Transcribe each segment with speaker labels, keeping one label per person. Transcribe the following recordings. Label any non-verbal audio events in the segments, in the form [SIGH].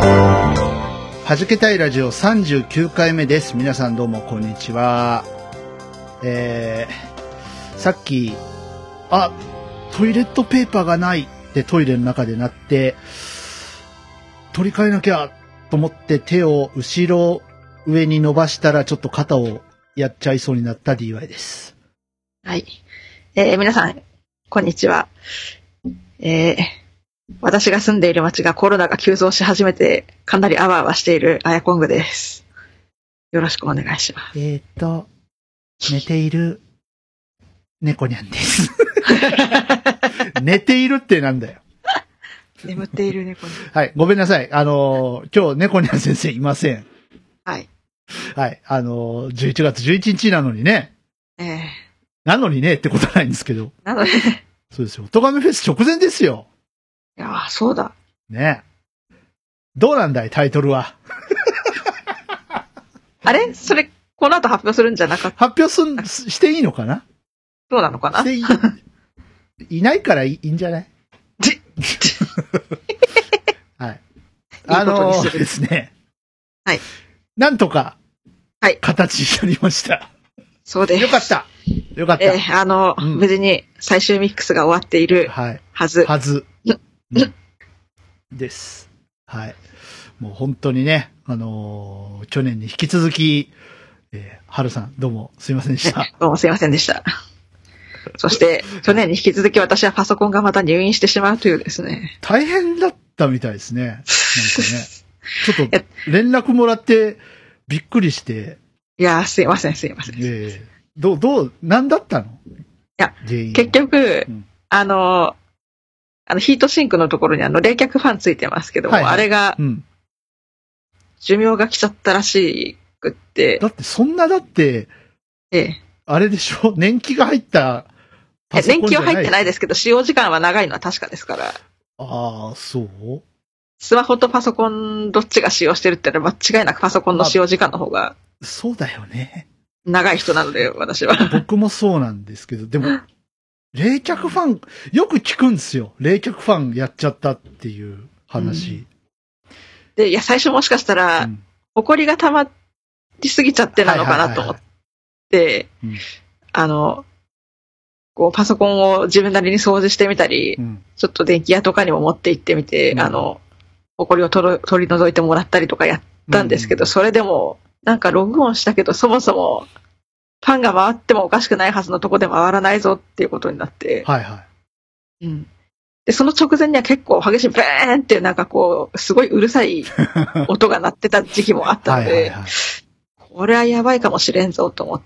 Speaker 1: はじけたいラジオ39回目です。皆さんどうもこんにちは。えー、さっき、あ、トイレットペーパーがないってトイレの中でなって、取り替えなきゃと思って手を後ろ上に伸ばしたらちょっと肩をやっちゃいそうになった DY です。
Speaker 2: はい。えー皆さん、こんにちは。えー私が住んでいる町がコロナが急増し始めて、かなりあわあわしているアヤコングです。よろしくお願いします。
Speaker 1: えーっと、寝ている猫にゃんです。 [LAUGHS] 寝ているってなんだよ。
Speaker 2: 眠っている猫に。
Speaker 1: はい、ごめんなさい。あのー今日、猫ニャン先生いません。
Speaker 2: はい。
Speaker 1: はい、あのー11月11日なのにね、
Speaker 2: えー
Speaker 1: なのにねってことはないんですけど、
Speaker 2: なので、い [LAUGHS]
Speaker 1: そうですよ。トガメフェス直前ですよ。
Speaker 2: やーそうだ。
Speaker 1: ね。どうなんだい、タイトルは。
Speaker 2: あれそれ、この後発表するんじゃなかった
Speaker 1: 発表すん、すしていいのかな
Speaker 2: そうなのかな
Speaker 1: していい、いないからいいいいんじゃない
Speaker 2: ち
Speaker 1: [LAUGHS] はい。
Speaker 2: い
Speaker 1: あ
Speaker 2: いこと
Speaker 1: の
Speaker 2: にする
Speaker 1: ーですね。
Speaker 2: はい。
Speaker 1: なんとか、
Speaker 2: はい
Speaker 1: 形になりました。
Speaker 2: そうです。
Speaker 1: よかった。よかった。
Speaker 2: えーあの、
Speaker 1: うん
Speaker 2: 無事に最終ミックスが終わっている
Speaker 1: はい。
Speaker 2: はず。
Speaker 1: はず
Speaker 2: うん。
Speaker 1: うんです。はい。もう本当にね、あのー去年に引き続き、えー、はるさん、どうもすいませんでした。
Speaker 2: どうもすいませんでした。そして、去年に引き続き私はパソコンがまた入院してしまうというですね。
Speaker 1: 大変だったみたいですね。なんかね。ちょっと連絡もらってびっくりして、
Speaker 2: いやー、すいません、すいません。
Speaker 1: えー、どう、どう、なんだったのい
Speaker 2: や、
Speaker 1: 原因は。
Speaker 2: 結局、
Speaker 1: うん
Speaker 2: あの、あの、ヒートシンクのところにあの、冷却ファンついてますけども、
Speaker 1: はいはい
Speaker 2: あれが
Speaker 1: うん。
Speaker 2: 寿命が来ちゃったらしくって
Speaker 1: だ、ってそんなだって、
Speaker 2: ええ
Speaker 1: あれでしょ [LAUGHS] 年季が入ったパ
Speaker 2: え
Speaker 1: ソ
Speaker 2: 年
Speaker 1: コンじ
Speaker 2: 季
Speaker 1: ゃ
Speaker 2: は
Speaker 1: ない。
Speaker 2: 入ってないですけど、使用時間は長いのは確かですから、
Speaker 1: ああ、そう
Speaker 2: スマホとパソコンどっちが使用してるって言ったら間違いなくパソコンの使用時間の方が
Speaker 1: そうだよね。
Speaker 2: 長い人なので、私は。
Speaker 1: 僕もそうなんですけど、でも、冷却ファン、よく聞くんですよ。冷却ファンやっちゃったっていう話。
Speaker 2: で、いや、最初もしかしたら、
Speaker 1: うん
Speaker 2: 埃が溜まりすぎちゃってなのかなと思って
Speaker 1: はいはいはいはいうん、
Speaker 2: あの、こう、パソコンを自分なりに掃除してみたり、
Speaker 1: うん
Speaker 2: ちょっと電気屋とかにも持って行ってみて、
Speaker 1: うん
Speaker 2: あの、埃を取る取り除いてもらったりとかやったんですけど、
Speaker 1: う
Speaker 2: それでも、なんかログオンしたけど、そもそも、パンが回ってもおかしくないはずのとこで回らないぞっていうことになって、
Speaker 1: はいは
Speaker 2: うん。で、その直前には結構激しい、ブーンっていうなんかこう、すごいうるさい音が鳴ってた時期もあっ
Speaker 1: い。
Speaker 2: た
Speaker 1: は
Speaker 2: の
Speaker 1: い
Speaker 2: で、
Speaker 1: はいはい。
Speaker 2: これはやばいかもしれんぞと思っ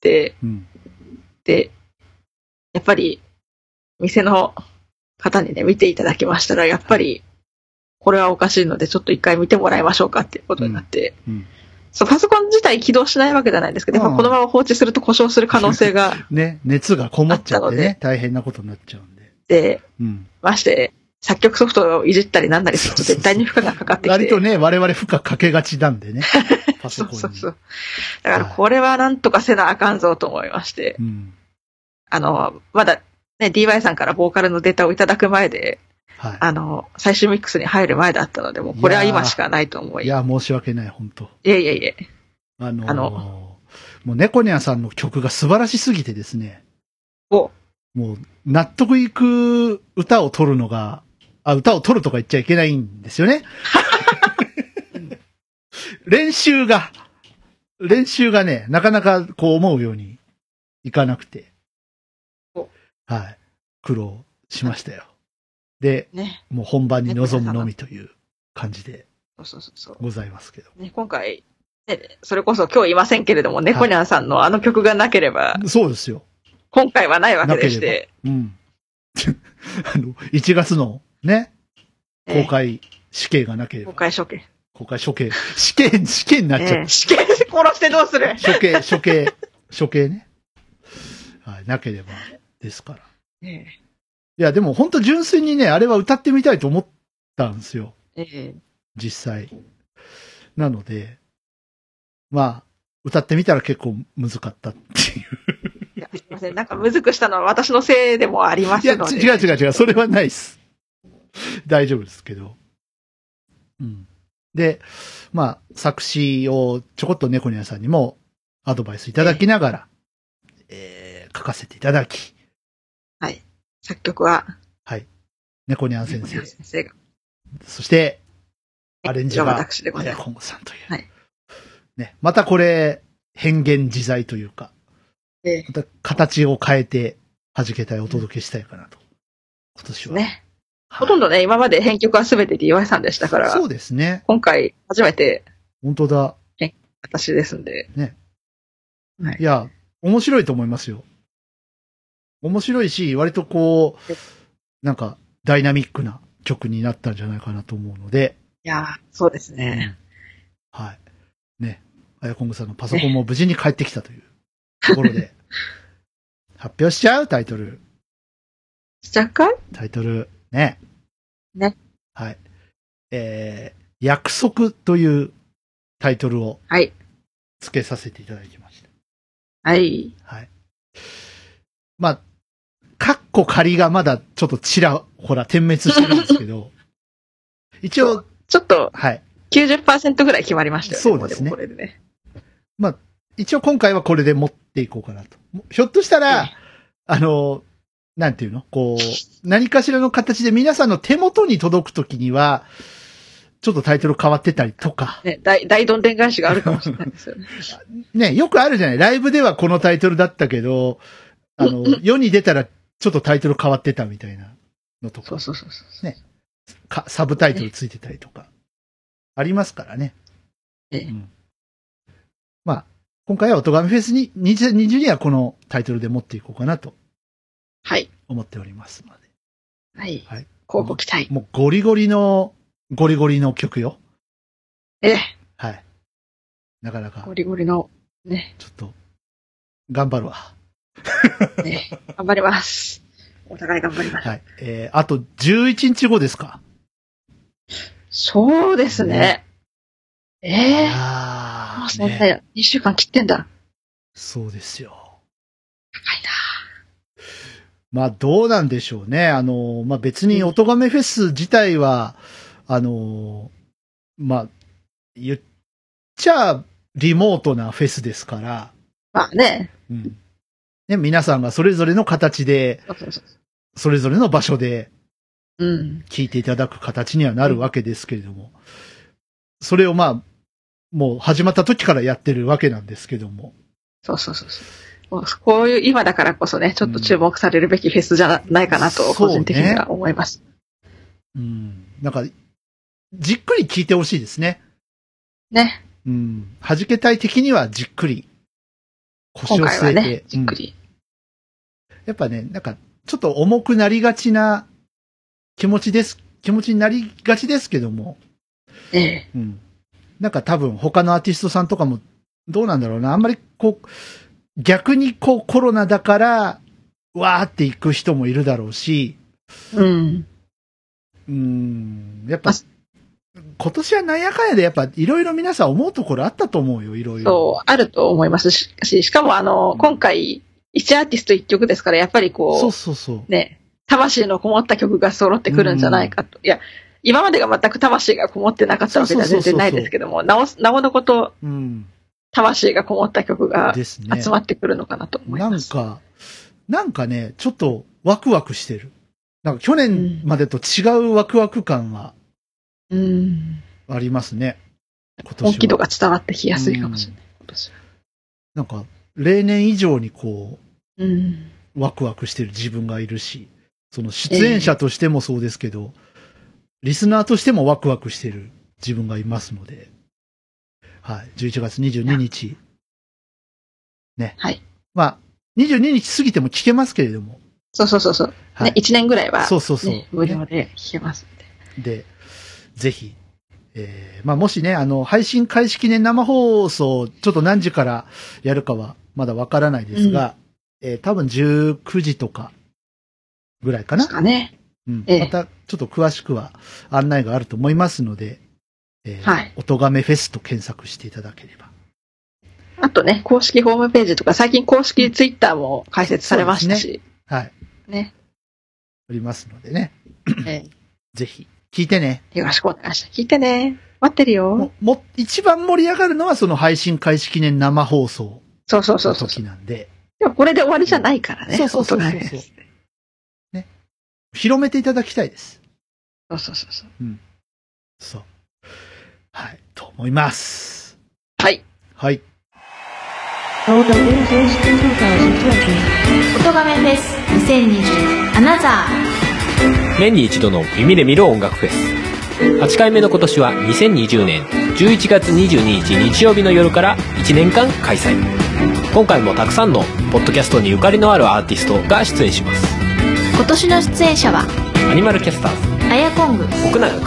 Speaker 2: て、
Speaker 1: うん。
Speaker 2: で、やっぱり、店の方にね、見ていただきましたら、やっぱり、これはおかしいので、ちょっと一回見てもらいましょうかっていうことになって、
Speaker 1: うん
Speaker 2: そう、パソコン自体起動しないわけじゃないんですけど、やっ
Speaker 1: うん
Speaker 2: ぱこのまま放置すると故障する可能性があっ
Speaker 1: ね、熱がこもっちゃ
Speaker 2: あ
Speaker 1: っ
Speaker 2: った
Speaker 1: て
Speaker 2: ので
Speaker 1: ね、大変なことになっちゃうんで。
Speaker 2: て、
Speaker 1: うん。
Speaker 2: まして、作曲ソフトをいじったりなんなりすると絶対に負荷がかかってき
Speaker 1: 割
Speaker 2: て
Speaker 1: と、ね、我々負荷かけがちなんでね。パソ
Speaker 2: そう
Speaker 1: コンに。
Speaker 2: そうそう。だからこれはなんとかせなあかんぞと思いまして、
Speaker 1: うん。
Speaker 2: あの、まだ、ね、DY さんからボーカルのデータをいただく前で、
Speaker 1: は
Speaker 2: あの、最終ミックスに入る前だったので、もうこれはい
Speaker 1: やー
Speaker 2: 今しかないと思
Speaker 1: い。い
Speaker 2: い。いや
Speaker 1: や、申し訳ない、本当
Speaker 2: いやいや。
Speaker 1: あのー
Speaker 2: あ
Speaker 1: もう猫ニャンさんの曲が素晴らしすぎてですね。
Speaker 2: お、
Speaker 1: もう、納得いく歌を取るのが、あ、歌を取るとか言っちゃいけないんです
Speaker 2: [LAUGHS]
Speaker 1: よね。練習が、練習がね、なかなかこう思うようにいかなくて
Speaker 2: お。
Speaker 1: はい。苦労しましたよ。で、
Speaker 2: ね。
Speaker 1: もう本番に臨むのみという感じで
Speaker 2: そうそうそうそう
Speaker 1: ございますけど。
Speaker 2: ね、今回、ね、それこそ今日いませんけれども、ネコニャンさんのあの曲がなければ、
Speaker 1: そうですよ。
Speaker 2: 今回はないわけ
Speaker 1: なけ
Speaker 2: でし
Speaker 1: れ
Speaker 2: て、
Speaker 1: ば。うん。 [LAUGHS] あの、1月のね、
Speaker 2: えー
Speaker 1: 公開死刑がなければ
Speaker 2: 公、開処刑。
Speaker 1: 公開処刑、死刑、死刑になっちゃった
Speaker 2: えー死刑で殺してどうする
Speaker 1: 処刑、処刑、処刑ね。はい、なければですから。い
Speaker 2: え
Speaker 1: や、でも本当純粋にね、あれは歌ってみたいと思ったんですよ。
Speaker 2: ーえ
Speaker 1: 実際。なので、まあ、歌ってみたら結構難かったっていう。
Speaker 2: ーいやすいません。なんかむずくしたのは私のせいでもありま
Speaker 1: いや、
Speaker 2: すので。
Speaker 1: 違う違う違う、それはないです。大丈夫ですけど。うん。で、まあ、作詞をちょこっと猫ニャンさんにもアドバイスいただきながら、えー書かせていただき、
Speaker 2: 作曲は、
Speaker 1: 猫ニャン先生、
Speaker 2: 先生が。
Speaker 1: そして、アレンジ
Speaker 2: は
Speaker 1: が、
Speaker 2: 私でござい
Speaker 1: 早
Speaker 2: ます。
Speaker 1: 今後さんという。
Speaker 2: はい
Speaker 1: ね、またこれ、変幻自在というか、
Speaker 2: ええ
Speaker 1: また形を変えて、弾けたいお届けしたいかなと。今年は。
Speaker 2: ね。
Speaker 1: はい
Speaker 2: ほとんどね、今まで編曲は全て DY さんでしたから、
Speaker 1: そうですね。
Speaker 2: 今回初めて
Speaker 1: 本当だ。
Speaker 2: 私ですんで。
Speaker 1: ね。
Speaker 2: はい
Speaker 1: い。や、面白いと思いますよ。面白いし、割とこう
Speaker 2: え、
Speaker 1: なんか、ダイナミックな曲になったんじゃないかなと思うので、
Speaker 2: いやーそうですね。
Speaker 1: はい。ね。あやこんぐさんのパソコンも無事に帰ってきたというところで、発表しちゃうタイトル。
Speaker 2: しちゃうかい
Speaker 1: タイトル、ね。
Speaker 2: ね。
Speaker 1: はい。えー、約束というタイトルを
Speaker 2: はい。
Speaker 1: 付けさせていただきました。
Speaker 2: はい。
Speaker 1: はい。まあ、カッコ仮がまだちょっとちらほら点滅してるんですけど、一応、
Speaker 2: ちょっと
Speaker 1: はい。
Speaker 2: 90%ぐらい決まりましたよね。
Speaker 1: そうですね
Speaker 2: ももこれでね。
Speaker 1: 一応今回はこれで持っていこうかなと。ひょっとしたら、あの、なんていうのこう、何かしらの形で皆さんの手元に届くときには、ちょっとタイトル変わってたりとか、
Speaker 2: ね大大どんでん返しがあるかもしれないですよね。
Speaker 1: ね、よくあるじゃないライブではこのタイトルだったけど、あの、世に出たらちょっとタイトル変わってたみたいなのと
Speaker 2: そ
Speaker 1: か
Speaker 2: う、そうそうそう。
Speaker 1: ねかサブタイトルついてたりとか、ありますからね。
Speaker 2: ええ
Speaker 1: うんまあ、今回はおとがめフェスに、2020にはこのタイトルで持っていこうかなと
Speaker 2: はい。
Speaker 1: 思っておりますので。
Speaker 2: はい。
Speaker 1: はい
Speaker 2: こうご期待。
Speaker 1: もうゴリゴリの、ゴリゴリの曲よ。
Speaker 2: ええ、
Speaker 1: はい。なかなか、ちょ
Speaker 2: ゴリゴリの、ね、
Speaker 1: っと、頑張るわ。
Speaker 2: ね、頑張ります。お互い頑張ります。
Speaker 1: はい。えー、あと11日後ですか。
Speaker 2: そうですね。ええ
Speaker 1: あ
Speaker 2: もうそ
Speaker 1: ー
Speaker 2: んな
Speaker 1: ね、
Speaker 2: や、2週間切ってんだ。
Speaker 1: そうですよ。
Speaker 2: 高いな。
Speaker 1: まあどうなんでしょうね。あの、まあ別におとがめフェス自体は、あの、まあ、言っちゃリモートなフェスですから、
Speaker 2: まあね。
Speaker 1: うん。ね、皆さんがそれぞれの形で、
Speaker 2: そうそうそう。
Speaker 1: それぞれの場所で
Speaker 2: うん。
Speaker 1: 聞いていただく形にはなるわけですけれども、それをまあ、もう始まった時からやってるわけなんですけども、
Speaker 2: そうそうそうそう。もうこういう今だからこそね、ちょっと注目されるべきフェスじゃないかな
Speaker 1: うん
Speaker 2: と、
Speaker 1: そう
Speaker 2: 個
Speaker 1: ね
Speaker 2: 人的には思います。
Speaker 1: うん。なんか、じっくり聞いてほしいですね。
Speaker 2: ね。
Speaker 1: うん。弾けたい的にはじっくり。腰
Speaker 2: 今
Speaker 1: を
Speaker 2: 回は
Speaker 1: 据えて、
Speaker 2: ね、じっくり。
Speaker 1: うんやっぱね、なんか、ちょっと重くなりがちな気持ちです、気持ちになりがちですけども、
Speaker 2: ええ
Speaker 1: うん。なんか多分他のアーティストさんとかもどうなんだろうな。あんまりこう、逆にこうコロナだから、わーって行く人もいるだろうし、
Speaker 2: うん。
Speaker 1: うん、やっぱ
Speaker 2: あ、
Speaker 1: 今年はなんやかんやでやっぱいろいろ皆さん思うところあったと思うよ、いろいろ。
Speaker 2: そう、あると思いますし、ししかもあの、今回、1アーティスト1曲ですから、やっぱりこう、
Speaker 1: そうそうそう。
Speaker 2: ね、魂のこもった曲が揃ってくるんじゃないかと。いや、今までが全く魂がこもってなかったわけでは
Speaker 1: そうそうそうそう
Speaker 2: 全然ないですけども、なお、なおのこと、
Speaker 1: うん。
Speaker 2: 魂がこもった曲が
Speaker 1: ですね。
Speaker 2: 集まってくるのかなと思い
Speaker 1: な
Speaker 2: ま
Speaker 1: ん
Speaker 2: す。
Speaker 1: か、なんかね、ちょっとワクワクしてる。なんか去年までと違うワクワク感が
Speaker 2: うん。
Speaker 1: ありますね。今年は。
Speaker 2: 本気度が伝わってきやすいかもしれない。今年は
Speaker 1: なんか、例年以上にこ
Speaker 2: うん。
Speaker 1: う、ワクワクしてる自分がいるし、その出演者としてもそうですけど、リスナーとしてもワクワクしてる自分がいますので、はい、11月22日。ね。
Speaker 2: はい。
Speaker 1: まあ、22日過ぎても聞けますけれども、
Speaker 2: そうそうそうそう。
Speaker 1: はい
Speaker 2: ね、1年ぐらいは、
Speaker 1: そうそうそう
Speaker 2: ね無料で弾けますみたい
Speaker 1: で、ぜひ、えー、まあ、もしね、あの、配信開始記念生放送、ちょっと何時からやるかは、まだわからないですが、えー多分19時とか、ぐらいか
Speaker 2: な。で
Speaker 1: な
Speaker 2: す。かね。
Speaker 1: うん。
Speaker 2: ええ
Speaker 1: また、ちょっと詳しくは案内があると思いますので、えー、
Speaker 2: はい
Speaker 1: おとがめフェスと検索していただければ。
Speaker 2: あとね、公式ホームページとか、最近公式ツイッターも開設されましたし、
Speaker 1: はい。
Speaker 2: ね
Speaker 1: おりますのでね、
Speaker 2: え
Speaker 1: ぜひ、聞いてね。
Speaker 2: えよろしくお願いします。聞いてね。待ってるよ。
Speaker 1: も、も、一番盛り上がるのはその配信開始記念生放送
Speaker 2: そうそうそ
Speaker 1: の
Speaker 2: うそう。
Speaker 1: 時なんで、
Speaker 2: でもこれで終わりじゃないからね。
Speaker 1: そうそうそうそう
Speaker 2: 音がねそう
Speaker 1: 広めていただきたいです。
Speaker 2: そうそうそう。
Speaker 1: そう。はい、と思います。
Speaker 2: はい。
Speaker 1: はい。
Speaker 3: 音亀フェス2020アナザ
Speaker 4: 年に一度の耳で見る音楽フェス8回目の今年は2020年11月22日日曜日の夜から1年間開催今回もたくさんのポッドキャストにゆかりのあるアーティストが出演します
Speaker 3: ー今年の出演者は
Speaker 4: アニマルキャスターズ
Speaker 3: アヤコング
Speaker 4: 奥永要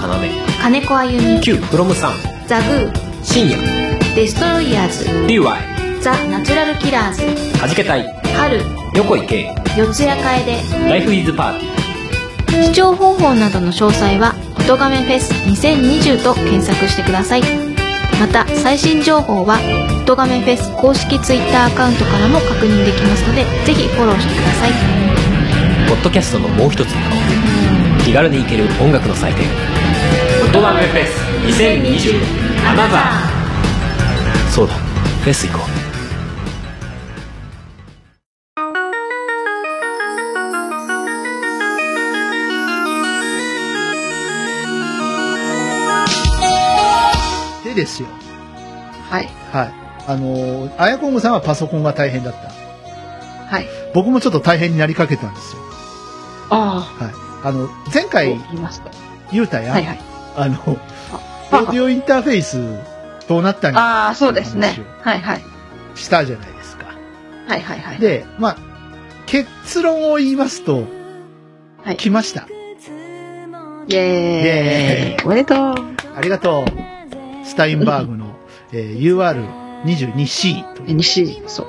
Speaker 3: 金子あゆみ
Speaker 4: Q フロムさん
Speaker 3: ザグー
Speaker 4: 深夜
Speaker 3: デストロイヤーズ
Speaker 4: DY
Speaker 3: ザ・ナチュラルキラーズ
Speaker 4: はじけたい
Speaker 3: 春
Speaker 4: 横井圭
Speaker 3: 四谷楓
Speaker 4: ライフイズパーティ
Speaker 3: 視聴方法などの詳細は「音亀フェス2020」と検索してくださいまた最新情報は「音亀フェス」公式 Twitter アカウントからも確認できますのでぜひフォローしてください
Speaker 4: ーポッドキャストのもう一つの顔気軽に行ける音楽の祭典「音メフェス2020アナザー」そうだフェス行こう
Speaker 1: でですよ。
Speaker 2: はい。
Speaker 1: はい。あのー、あやこんごさんはパソコンが大変だった。
Speaker 2: はい。
Speaker 1: 僕もちょっと大変になりかけたんですよ。
Speaker 2: あ
Speaker 1: はい。あの、前
Speaker 2: あ、
Speaker 1: 回
Speaker 2: と、言いました。
Speaker 1: ゆうたや、
Speaker 2: はいはい。
Speaker 1: あの、オーディオインターフェース、どうなったんや
Speaker 2: ああ、そうですね
Speaker 1: 話を。
Speaker 2: はいはい。
Speaker 1: したじゃないですか。
Speaker 2: はいはいはい。
Speaker 1: で、まあ、結論を言いますと、
Speaker 2: はい
Speaker 1: 来ました。
Speaker 2: イ
Speaker 1: イエ
Speaker 2: エーイ。おめでとう。
Speaker 1: ありがとう。スタインバーグの、えー UR22C という、
Speaker 2: 西、そう。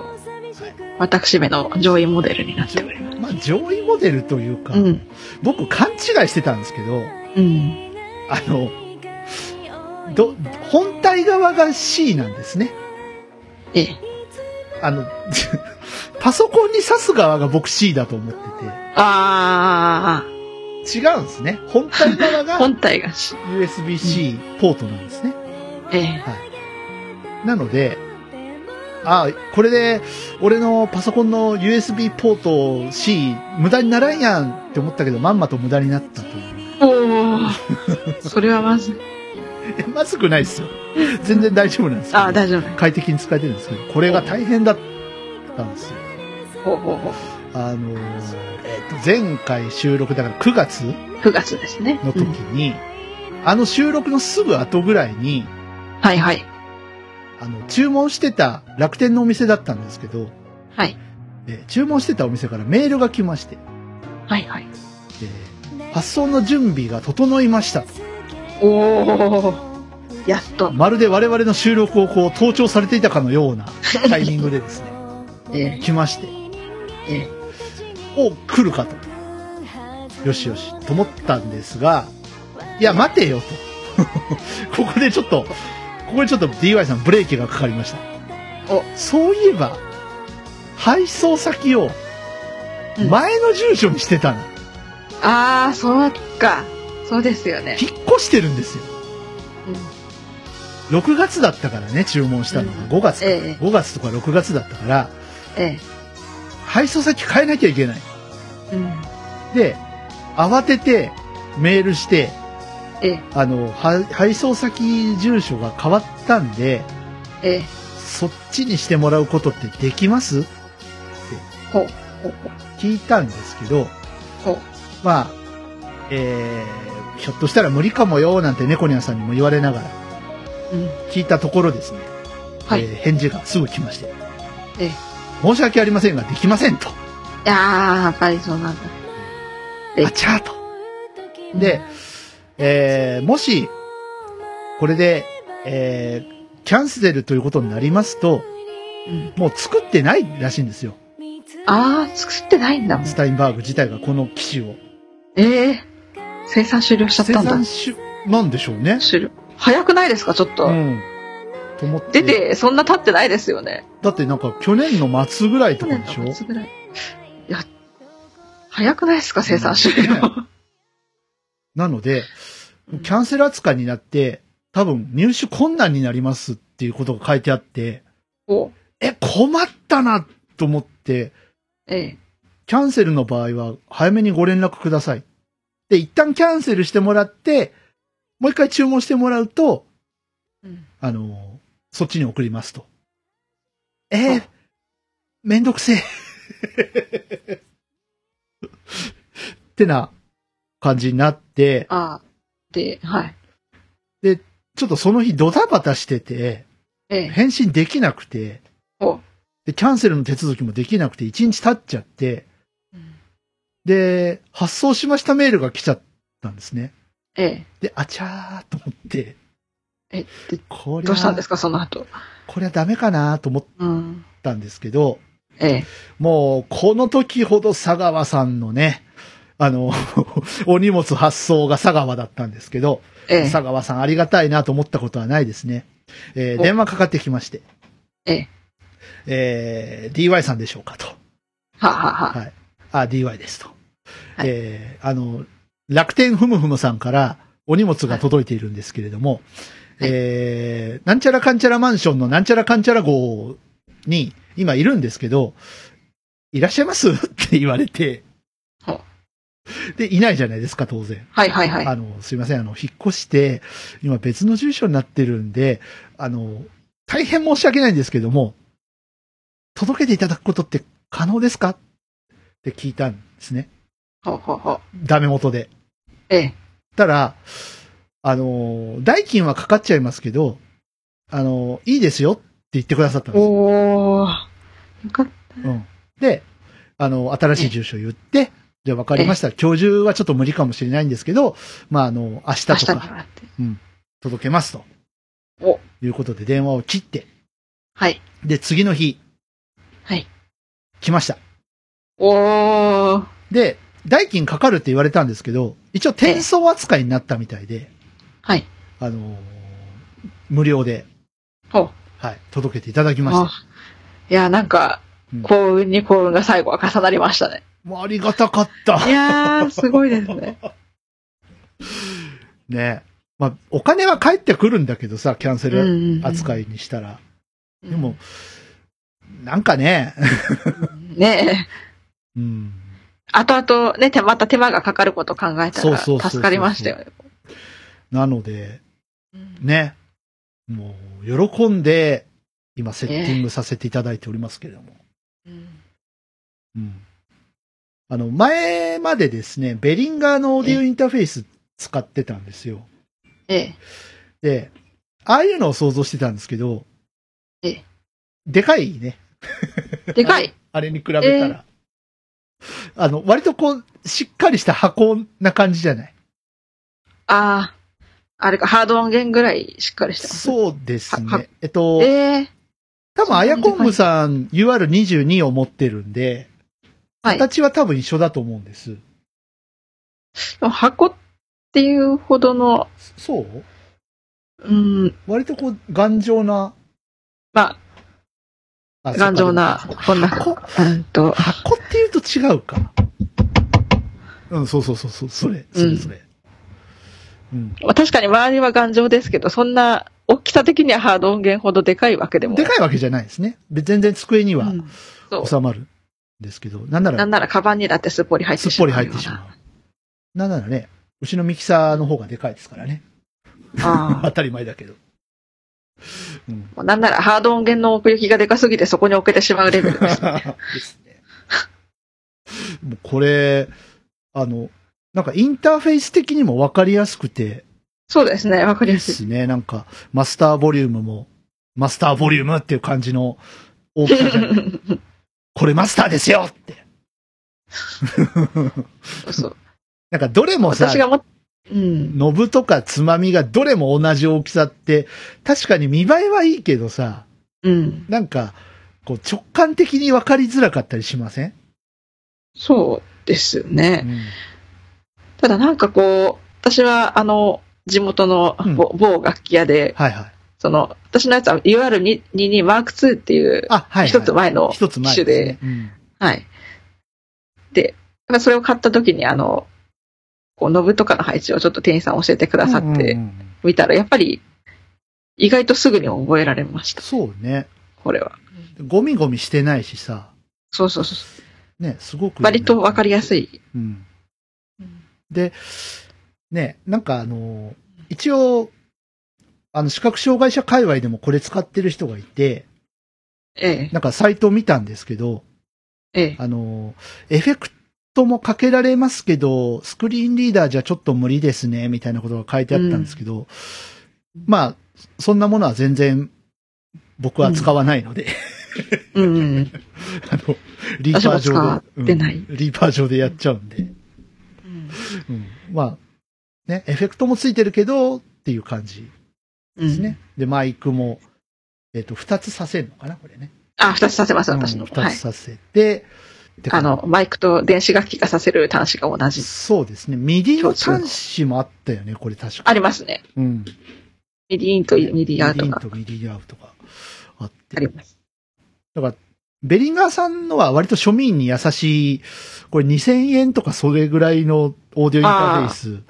Speaker 2: 私めの上位モデルになっておりま
Speaker 1: まあ、上位モデルというか、
Speaker 2: す。うん。
Speaker 1: 僕勘違いしてたんですけど、
Speaker 2: うん。
Speaker 1: あの、ど、本体側が C なんですね。
Speaker 2: ええ。
Speaker 1: あの、 [LAUGHS] パソコンに挿す側が僕 C だと思って
Speaker 2: あ
Speaker 1: て、違うんですね。本体側
Speaker 2: [LAUGHS] あ、
Speaker 1: が
Speaker 2: 本体がし、
Speaker 1: USB-C ポートなんですね。
Speaker 2: ええ。
Speaker 1: なので、あこれで、俺のパソコンの USB ポート C、無駄にならんやんって思ったけど、まんまと無駄になったという。 [LAUGHS]
Speaker 2: おお。それはまずい。
Speaker 1: いやまずくないですよ。全然大丈夫なんですけど
Speaker 2: ああ、大丈夫。
Speaker 1: 快適に使えてるんですけど、これが大変だったんですよ。
Speaker 2: ほうほうほう。
Speaker 1: あのーえっと、前回収録、だから9月
Speaker 2: 9月ですね。
Speaker 1: の時
Speaker 2: うん
Speaker 1: に、あの収録のすぐ後ぐらいに、
Speaker 2: はいはい。
Speaker 1: あの、注文してた楽天のお店だったんですけど、
Speaker 2: はい。
Speaker 1: えー注文してたお店からメールが来まして、
Speaker 2: はいはい。
Speaker 1: えー発送の準備が整いました。
Speaker 2: おお。やっと。
Speaker 1: まるで我々の収録をこう、盗聴されていたかのようなタイミングでですね、
Speaker 2: [LAUGHS] ええ。
Speaker 1: 来まして、
Speaker 2: ええ。
Speaker 1: お、来るかと。よしよし、と思ったんですが、いや、待てよと。 [LAUGHS] ここでちょっと、ここでちょっと DY さんブレーキがかかりました。
Speaker 2: お
Speaker 1: そういえば、配送先を
Speaker 2: うん
Speaker 1: 前の住所にしてたの。
Speaker 2: ああ、そうか。そうですよね。
Speaker 1: 引っ越してるんですよ。
Speaker 2: うん
Speaker 1: 6月だったからね、注文したのが。5月か、
Speaker 2: ええ
Speaker 1: 5月とか6月だったから、
Speaker 2: え
Speaker 1: 配送先変えなきゃいけない。
Speaker 2: え。うん。
Speaker 1: で、慌ててメールして、
Speaker 2: ええ。
Speaker 1: あの、は配送先住所が変わったんで、
Speaker 2: ええ。
Speaker 1: そっちにしてもらうことってできますって
Speaker 2: ほう。ほう
Speaker 1: 聞いたんですけど、
Speaker 2: ほう。ほ
Speaker 1: まあ、えー、ひょっとしたら無理かもよ、なんて猫ニャンさんにも言われながら
Speaker 2: う。うん。
Speaker 1: 聞いたところですね、
Speaker 2: はい
Speaker 1: え。ー返事がすぐ来まして、
Speaker 2: ええ。
Speaker 1: 申し訳ありませんが、できませんと。
Speaker 2: えやー、やっぱりそうなんだ。え
Speaker 1: あちゃーと。で、えーもし、これで、えーキャンセルということになりますと、
Speaker 2: うん
Speaker 1: もう作ってないらしいんですよ。
Speaker 2: あー、作ってないんだもん。
Speaker 1: スタインバーグ自体がこの機種を。
Speaker 2: ええ生産終了しちゃったんだ。
Speaker 1: 生産種なんでしょうね。
Speaker 2: 終了。早くないですか、ちょっと。
Speaker 1: うん。と思って。
Speaker 2: 出て、そんな経ってないですよね。
Speaker 1: だってなんか去年の末ぐらいとかでしょ
Speaker 2: いつぐらいいや、早くないですか、生産終了。
Speaker 1: ねなので、キャンセル扱いになって、多分入手困難になりますっていうことが書いてあって、
Speaker 2: お
Speaker 1: え、困ったなと思って、
Speaker 2: ええ。
Speaker 1: キャンセルの場合は早めにご連絡ください。で、一旦キャンセルしてもらって、もう一回注文してもらうと、
Speaker 2: うん
Speaker 1: あの、そっちに送りますと。えー、めんどくせえ。ってな感じになって、
Speaker 2: あーで、はい。
Speaker 1: ちょっとその日ドタバタしてて、
Speaker 2: ええ。
Speaker 1: 返信できなくて、
Speaker 2: お
Speaker 1: で、キャンセルの手続きもできなくて、1日経っちゃって、で、発送しましたメールが来ちゃったんですね。
Speaker 2: ええ。
Speaker 1: で、あちゃーと思って、
Speaker 2: え、で、
Speaker 1: これ
Speaker 2: どうしたん
Speaker 1: は
Speaker 2: で、すか、その後。
Speaker 1: これはダメかなと思っ
Speaker 2: うん。
Speaker 1: たんですけど、
Speaker 2: ええ。
Speaker 1: もう、この時ほど佐川さんのね、あの、 [LAUGHS] お荷物発送が佐川だったんですけど、
Speaker 2: ええ。
Speaker 1: 佐川さんありがたいなと思ったことはないですね。えー
Speaker 2: お
Speaker 1: 電話かかってきまして。
Speaker 2: ええ。
Speaker 1: えー DY さんでしょうかと。
Speaker 2: はあはあはあ。
Speaker 1: はい。あ、DY ですと。
Speaker 2: はい
Speaker 1: えーあの、楽天ふむふむさんからお荷物が届いているんですけれども、
Speaker 2: はい
Speaker 1: えーなんちゃらかんちゃらマンションのなんちゃらかんちゃら号に今いるんですけど、いらっしゃいます [LAUGHS] って言われて
Speaker 2: ほ、
Speaker 1: で、いないじゃないですか、当然。
Speaker 2: はいはいはい。
Speaker 1: あの、すいません、あの、引っ越して、今別の住所になってるんで、あの、大変申し訳ないんですけども、届けていただくことって可能ですかって聞いたんですね。
Speaker 2: ほうほうほう。
Speaker 1: ダメ元で。
Speaker 2: ええ。
Speaker 1: たら、あの、代金はかかっちゃいますけど、あの、いいですよって言ってくださったんですよ。
Speaker 2: おー。よかっ
Speaker 1: うん。で、あの、新しい住所言って、じゃあ分かりました。今日中はちょっと無理かもしれないんですけど、まあ、あの、明日
Speaker 2: た。
Speaker 1: と
Speaker 2: 明日に
Speaker 1: か
Speaker 2: もらって。
Speaker 1: 届けますと。
Speaker 2: お
Speaker 1: いうことで電話を切って、
Speaker 2: はい。
Speaker 1: で、次の日、
Speaker 2: はい。
Speaker 1: 来ました。
Speaker 2: おー。
Speaker 1: で、代金かかるって言われたんですけど、一応転送扱いになったみたいで、
Speaker 2: はい。
Speaker 1: あのー無料で、
Speaker 2: ほう。
Speaker 1: はい、届けていただきました。
Speaker 2: あいや、なんか
Speaker 1: うん、
Speaker 2: 幸運に幸運が最後は重なりましたね。
Speaker 1: もうありがたかった
Speaker 2: い。やー、すごいです
Speaker 1: [LAUGHS]
Speaker 2: ね。
Speaker 1: ね。まあ、お金は返ってくるんだけどさ、キャンセル
Speaker 2: 扱
Speaker 1: 扱
Speaker 2: い。
Speaker 1: いにしたら。
Speaker 2: うん
Speaker 1: でも、、なんかね、
Speaker 2: ねえ。
Speaker 1: うん、
Speaker 2: 後々ね、手また手間がかかることを考えた
Speaker 1: そうそうそうそ
Speaker 2: ら、
Speaker 1: う
Speaker 2: 助かりましたよね。
Speaker 1: なので、ね、もう、喜んで、今、セッティングさせていただいておりますけれども。
Speaker 2: うん
Speaker 1: うんあの、前までですね、ベリンガーのオーディオインターフェース使ってたんですよ。
Speaker 2: ええ。
Speaker 1: で、ああいうのを想像してたんですけど
Speaker 2: ええ、
Speaker 1: でかいね、
Speaker 2: でかい。
Speaker 1: あれに比べたら。あの、割とこう、しっかりした箱な感じじゃない
Speaker 2: あー。あれか、ハード音源ぐらいしっかりしてます。
Speaker 1: そうです
Speaker 2: はは
Speaker 1: ね。えっと、
Speaker 2: ええ。
Speaker 1: 多分、アヤコングさん UR22 を持ってるんで、
Speaker 2: はい。で
Speaker 1: 形は多分一緒だと思うんです。
Speaker 2: も箱っていうほどの、
Speaker 1: そう
Speaker 2: うん、
Speaker 1: 割とこう、頑丈な、
Speaker 2: ま
Speaker 1: あ
Speaker 2: あ、頑丈な、こんな、うんと、
Speaker 1: 箱って言うと違うか。うん、そうそうそうそう、それ、それ、それ。うん。
Speaker 2: まあ確かに周りは頑丈ですけど、そんな大きさ的にはハード音源ほどでかいわけでも。
Speaker 1: でかいわけじゃないですね。べ全然机には
Speaker 2: うんそ
Speaker 1: 収まるんですけど、なんな
Speaker 2: う。なん
Speaker 1: ら
Speaker 2: ならカバンにだってすっぽり入っ
Speaker 1: す
Speaker 2: て
Speaker 1: っ
Speaker 2: しま
Speaker 1: ぽ
Speaker 2: う
Speaker 1: り
Speaker 2: ような。
Speaker 1: 入ってしまう。なんならね、うちのミキサーの方がでかいですからね。
Speaker 2: あ
Speaker 1: 当たり前だけど。うん。
Speaker 2: あ。なんならハード音源の奥行きがでかすぎてそこに置けてしまうレベルです。
Speaker 1: ですね。もうこれ、あの、なんかインターフェース的にもわかりやすくて、
Speaker 2: [LAUGHS] そうですね。わかり
Speaker 1: で [LAUGHS]
Speaker 2: やすい。
Speaker 1: すね。なんか、マスターボリュームも、マスターボリ
Speaker 2: [LAUGHS]
Speaker 1: ュームっていう感じの大きさじゃない [LAUGHS] これマスターですよって。
Speaker 2: そうそう。
Speaker 1: なんかどれもさ
Speaker 2: 私、がも、うん。
Speaker 1: ノブとかつまみがどれも同じ大きさって、確かに見栄えはいいけどさ、
Speaker 2: うん。
Speaker 1: なんか、こう直感的に分かりづらかったりしません、
Speaker 2: そうですよ
Speaker 1: う
Speaker 2: ね。
Speaker 1: ん
Speaker 2: ただなんかこう、私はあの、地元の
Speaker 1: うん
Speaker 2: 某某楽器屋で、
Speaker 1: はいはい。
Speaker 2: その、私のやつは UR22 マーク2っていう、
Speaker 1: あ、はい、はい。
Speaker 2: 一つ前の
Speaker 1: 一つ
Speaker 2: 機
Speaker 1: 前
Speaker 2: 種
Speaker 1: です
Speaker 2: で、
Speaker 1: ね。うん
Speaker 2: はい。で、まあそれを買った時に、あの、こう、ノブとかの配置をちょっと店員さん教えてくださっ
Speaker 1: う
Speaker 2: て
Speaker 1: んうんうん
Speaker 2: みたら、やっぱり、意外とすぐに覚えられました、
Speaker 1: そうね。
Speaker 2: これは。
Speaker 1: ゴミゴミしてないしさ、
Speaker 2: そうそうそう。
Speaker 1: ね、すごく、
Speaker 2: 割とわかりや
Speaker 1: い。
Speaker 2: すい。
Speaker 1: うん。で、ね、なんかあの、一応、あの、視覚障害者界隈でもこれ使ってる人がいて、
Speaker 2: ええ、
Speaker 1: なんかサイト見たんですけど、
Speaker 2: ええ。
Speaker 1: あの、エフェクトもかけられますけど、スクリーンリーダーじゃちょっと無理ですね、みたいなことが書いてあったんですけど、まあ、そんなものは全然僕は使わないので、
Speaker 2: うんうん。
Speaker 1: [LAUGHS] あの、リーパー
Speaker 2: 私も
Speaker 1: 上
Speaker 2: 使
Speaker 1: で、
Speaker 2: ってない
Speaker 1: うんリーパー上でやっちゃうんで、
Speaker 2: うん
Speaker 1: うんまあ、ね、エフェクトもついてるけど、っていう感じ
Speaker 2: う
Speaker 1: です
Speaker 2: ん。
Speaker 1: ね。で、マイクも、えっ、と、二つさせるのかな、これね。
Speaker 2: あ、二つさせます、私
Speaker 1: う
Speaker 2: の。
Speaker 1: ん二
Speaker 2: は
Speaker 1: つ
Speaker 2: い。
Speaker 1: させて、って
Speaker 2: あの、マイクと電子楽器がさせる端子が同じ。
Speaker 1: そうですね。ミディの端子もあったよね、これ確か。
Speaker 2: ありますね。
Speaker 1: うん。
Speaker 2: ミディインとミディアウト
Speaker 1: ミ
Speaker 2: が
Speaker 1: ディインとミディアウトがあっ
Speaker 2: あり
Speaker 1: て。
Speaker 2: ます。
Speaker 1: だから、ベリンガーさんのは割と庶民に優しい、これ2000円とかそれぐらいのオーディオインターフェース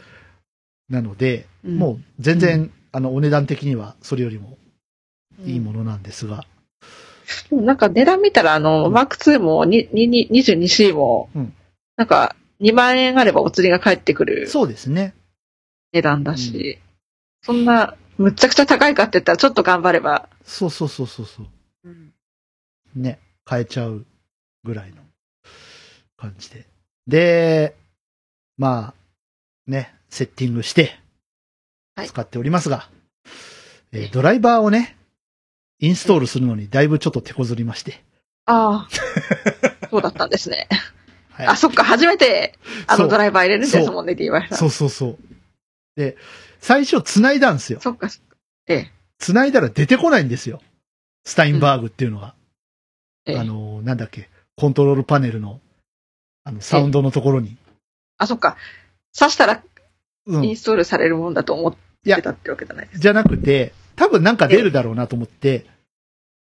Speaker 1: なので、もう全然、あの、お値段的にはそれよりも
Speaker 2: うん、
Speaker 1: いいものなんですが、
Speaker 2: でもなんか値段見たら、あの、マーク2もににに 22C も、
Speaker 1: うん
Speaker 2: なんか2万円あればお釣りが返ってくる
Speaker 1: そうですね。
Speaker 2: 値段だし、そんな、むっちゃくちゃ高いかって言ったら、ちょっと頑張れば、
Speaker 1: そうそうそうそうそう。ね、変えちゃうぐらいの感じで。で、まあ、ね、セッティングして
Speaker 2: はい
Speaker 1: 使っておりますが、えー
Speaker 2: ええ
Speaker 1: ドライバーをね、インストールするのにだいぶちょっと手こずりまして。
Speaker 2: ああ、
Speaker 1: [LAUGHS]
Speaker 2: そうだったんですね。
Speaker 1: はい
Speaker 2: あ、そっか、初めて、あ
Speaker 1: そ
Speaker 2: の
Speaker 1: う
Speaker 2: ドライバー入れるんですもんね、DY さ
Speaker 1: そ
Speaker 2: ん。
Speaker 1: うそうそう。で、最初繋いだんですよ。
Speaker 2: そっか、そっかええ、
Speaker 1: 繋いだら出てこないんですよ。スタインバーグっていうのが。
Speaker 2: ええ
Speaker 1: あ。の、なんだっけ、コントロールパネルの、あの、サウンドのところに。
Speaker 2: あ、そっか、刺したら
Speaker 1: うん
Speaker 2: インストールされるもんだと思ってたってわけじゃない。
Speaker 1: じゃなくて、多分なんか出るだろうなと思って、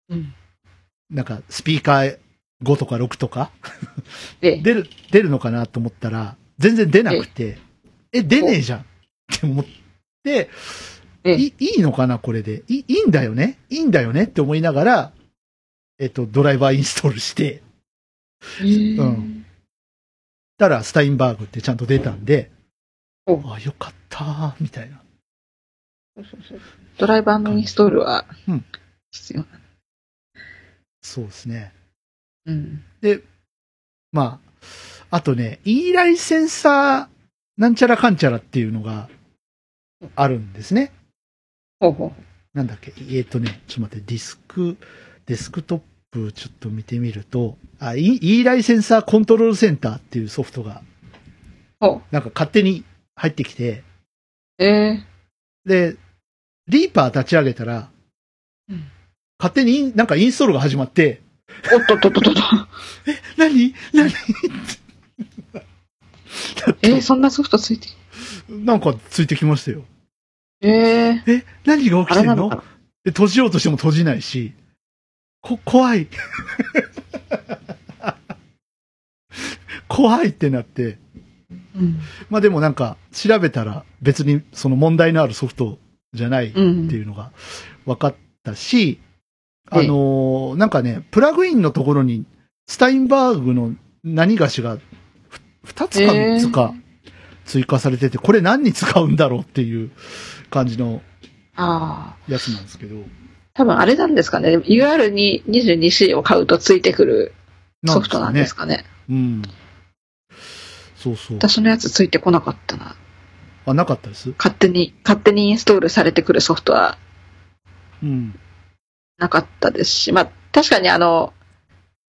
Speaker 2: うん
Speaker 1: なんかスピーカー5とか6とか、
Speaker 2: ええ、
Speaker 1: 出る、出るのかなと思ったら、全然出なくて、え、出ねえじゃんって思って、
Speaker 2: ええ
Speaker 1: いいいのかなこれで。いいいんだよねいいんだよねって思いながら、えっと、ドライバーインストールして、うんたらスタインバーグってちゃんと出たんで、
Speaker 2: お
Speaker 1: あ、よかったー、みたいな。
Speaker 2: ドライバーのインストールは
Speaker 1: うん、
Speaker 2: 必要な。
Speaker 1: そうですね。
Speaker 2: うん。
Speaker 1: まあ、あとね、E ライセンサーなんちゃらかんちゃらっていうのがあるんですね。
Speaker 2: ほうほう。
Speaker 1: なんだっけ、えっ、とね、ちょっと待って、ディスク、デスクトップちょっと見てみると、あ、E, E ライセンサーコントロールセンターっていうソフトが
Speaker 2: ほう。
Speaker 1: なんか勝手に入ってきて、
Speaker 2: ええ
Speaker 1: で、リーパー立ち上げたら、
Speaker 2: うん
Speaker 1: 勝手にインなんかインストールが始まって、
Speaker 2: おっとっとっとっとっと。
Speaker 1: 何何
Speaker 2: えー、そんなソフトついて
Speaker 1: なんかついてきましたよ。
Speaker 2: ええー、
Speaker 1: え、何が起
Speaker 2: あ
Speaker 1: きて
Speaker 2: れ
Speaker 1: ん
Speaker 2: な
Speaker 1: の
Speaker 2: のかな
Speaker 1: で、閉じようとしても閉じないし、こ、怖い。 [LAUGHS] 怖いってなって。
Speaker 2: うん。
Speaker 1: まあでもなんか、調べたら別にその問題のあるソフトじゃないっ
Speaker 2: う
Speaker 1: て
Speaker 2: ん。
Speaker 1: いうのが分かったし、
Speaker 2: ええ
Speaker 1: あのーなんかね、プラグインのところに、スタインバーグの何がしがふ、二つか三つか追加されてて、これ何に使うんだろうっていう感じの
Speaker 2: ああ。
Speaker 1: やつなんですけど。
Speaker 2: 多分あれなんですかね。UR22C を買うとついてくるソフトなんですかね。
Speaker 1: うん。そうそう。
Speaker 2: 私のやつついてこなかったな。
Speaker 1: あ、なかったです。
Speaker 2: 勝手に、勝手にインストールされてくるソフトは
Speaker 1: うん。
Speaker 2: なかったですし、まあ確かにあの、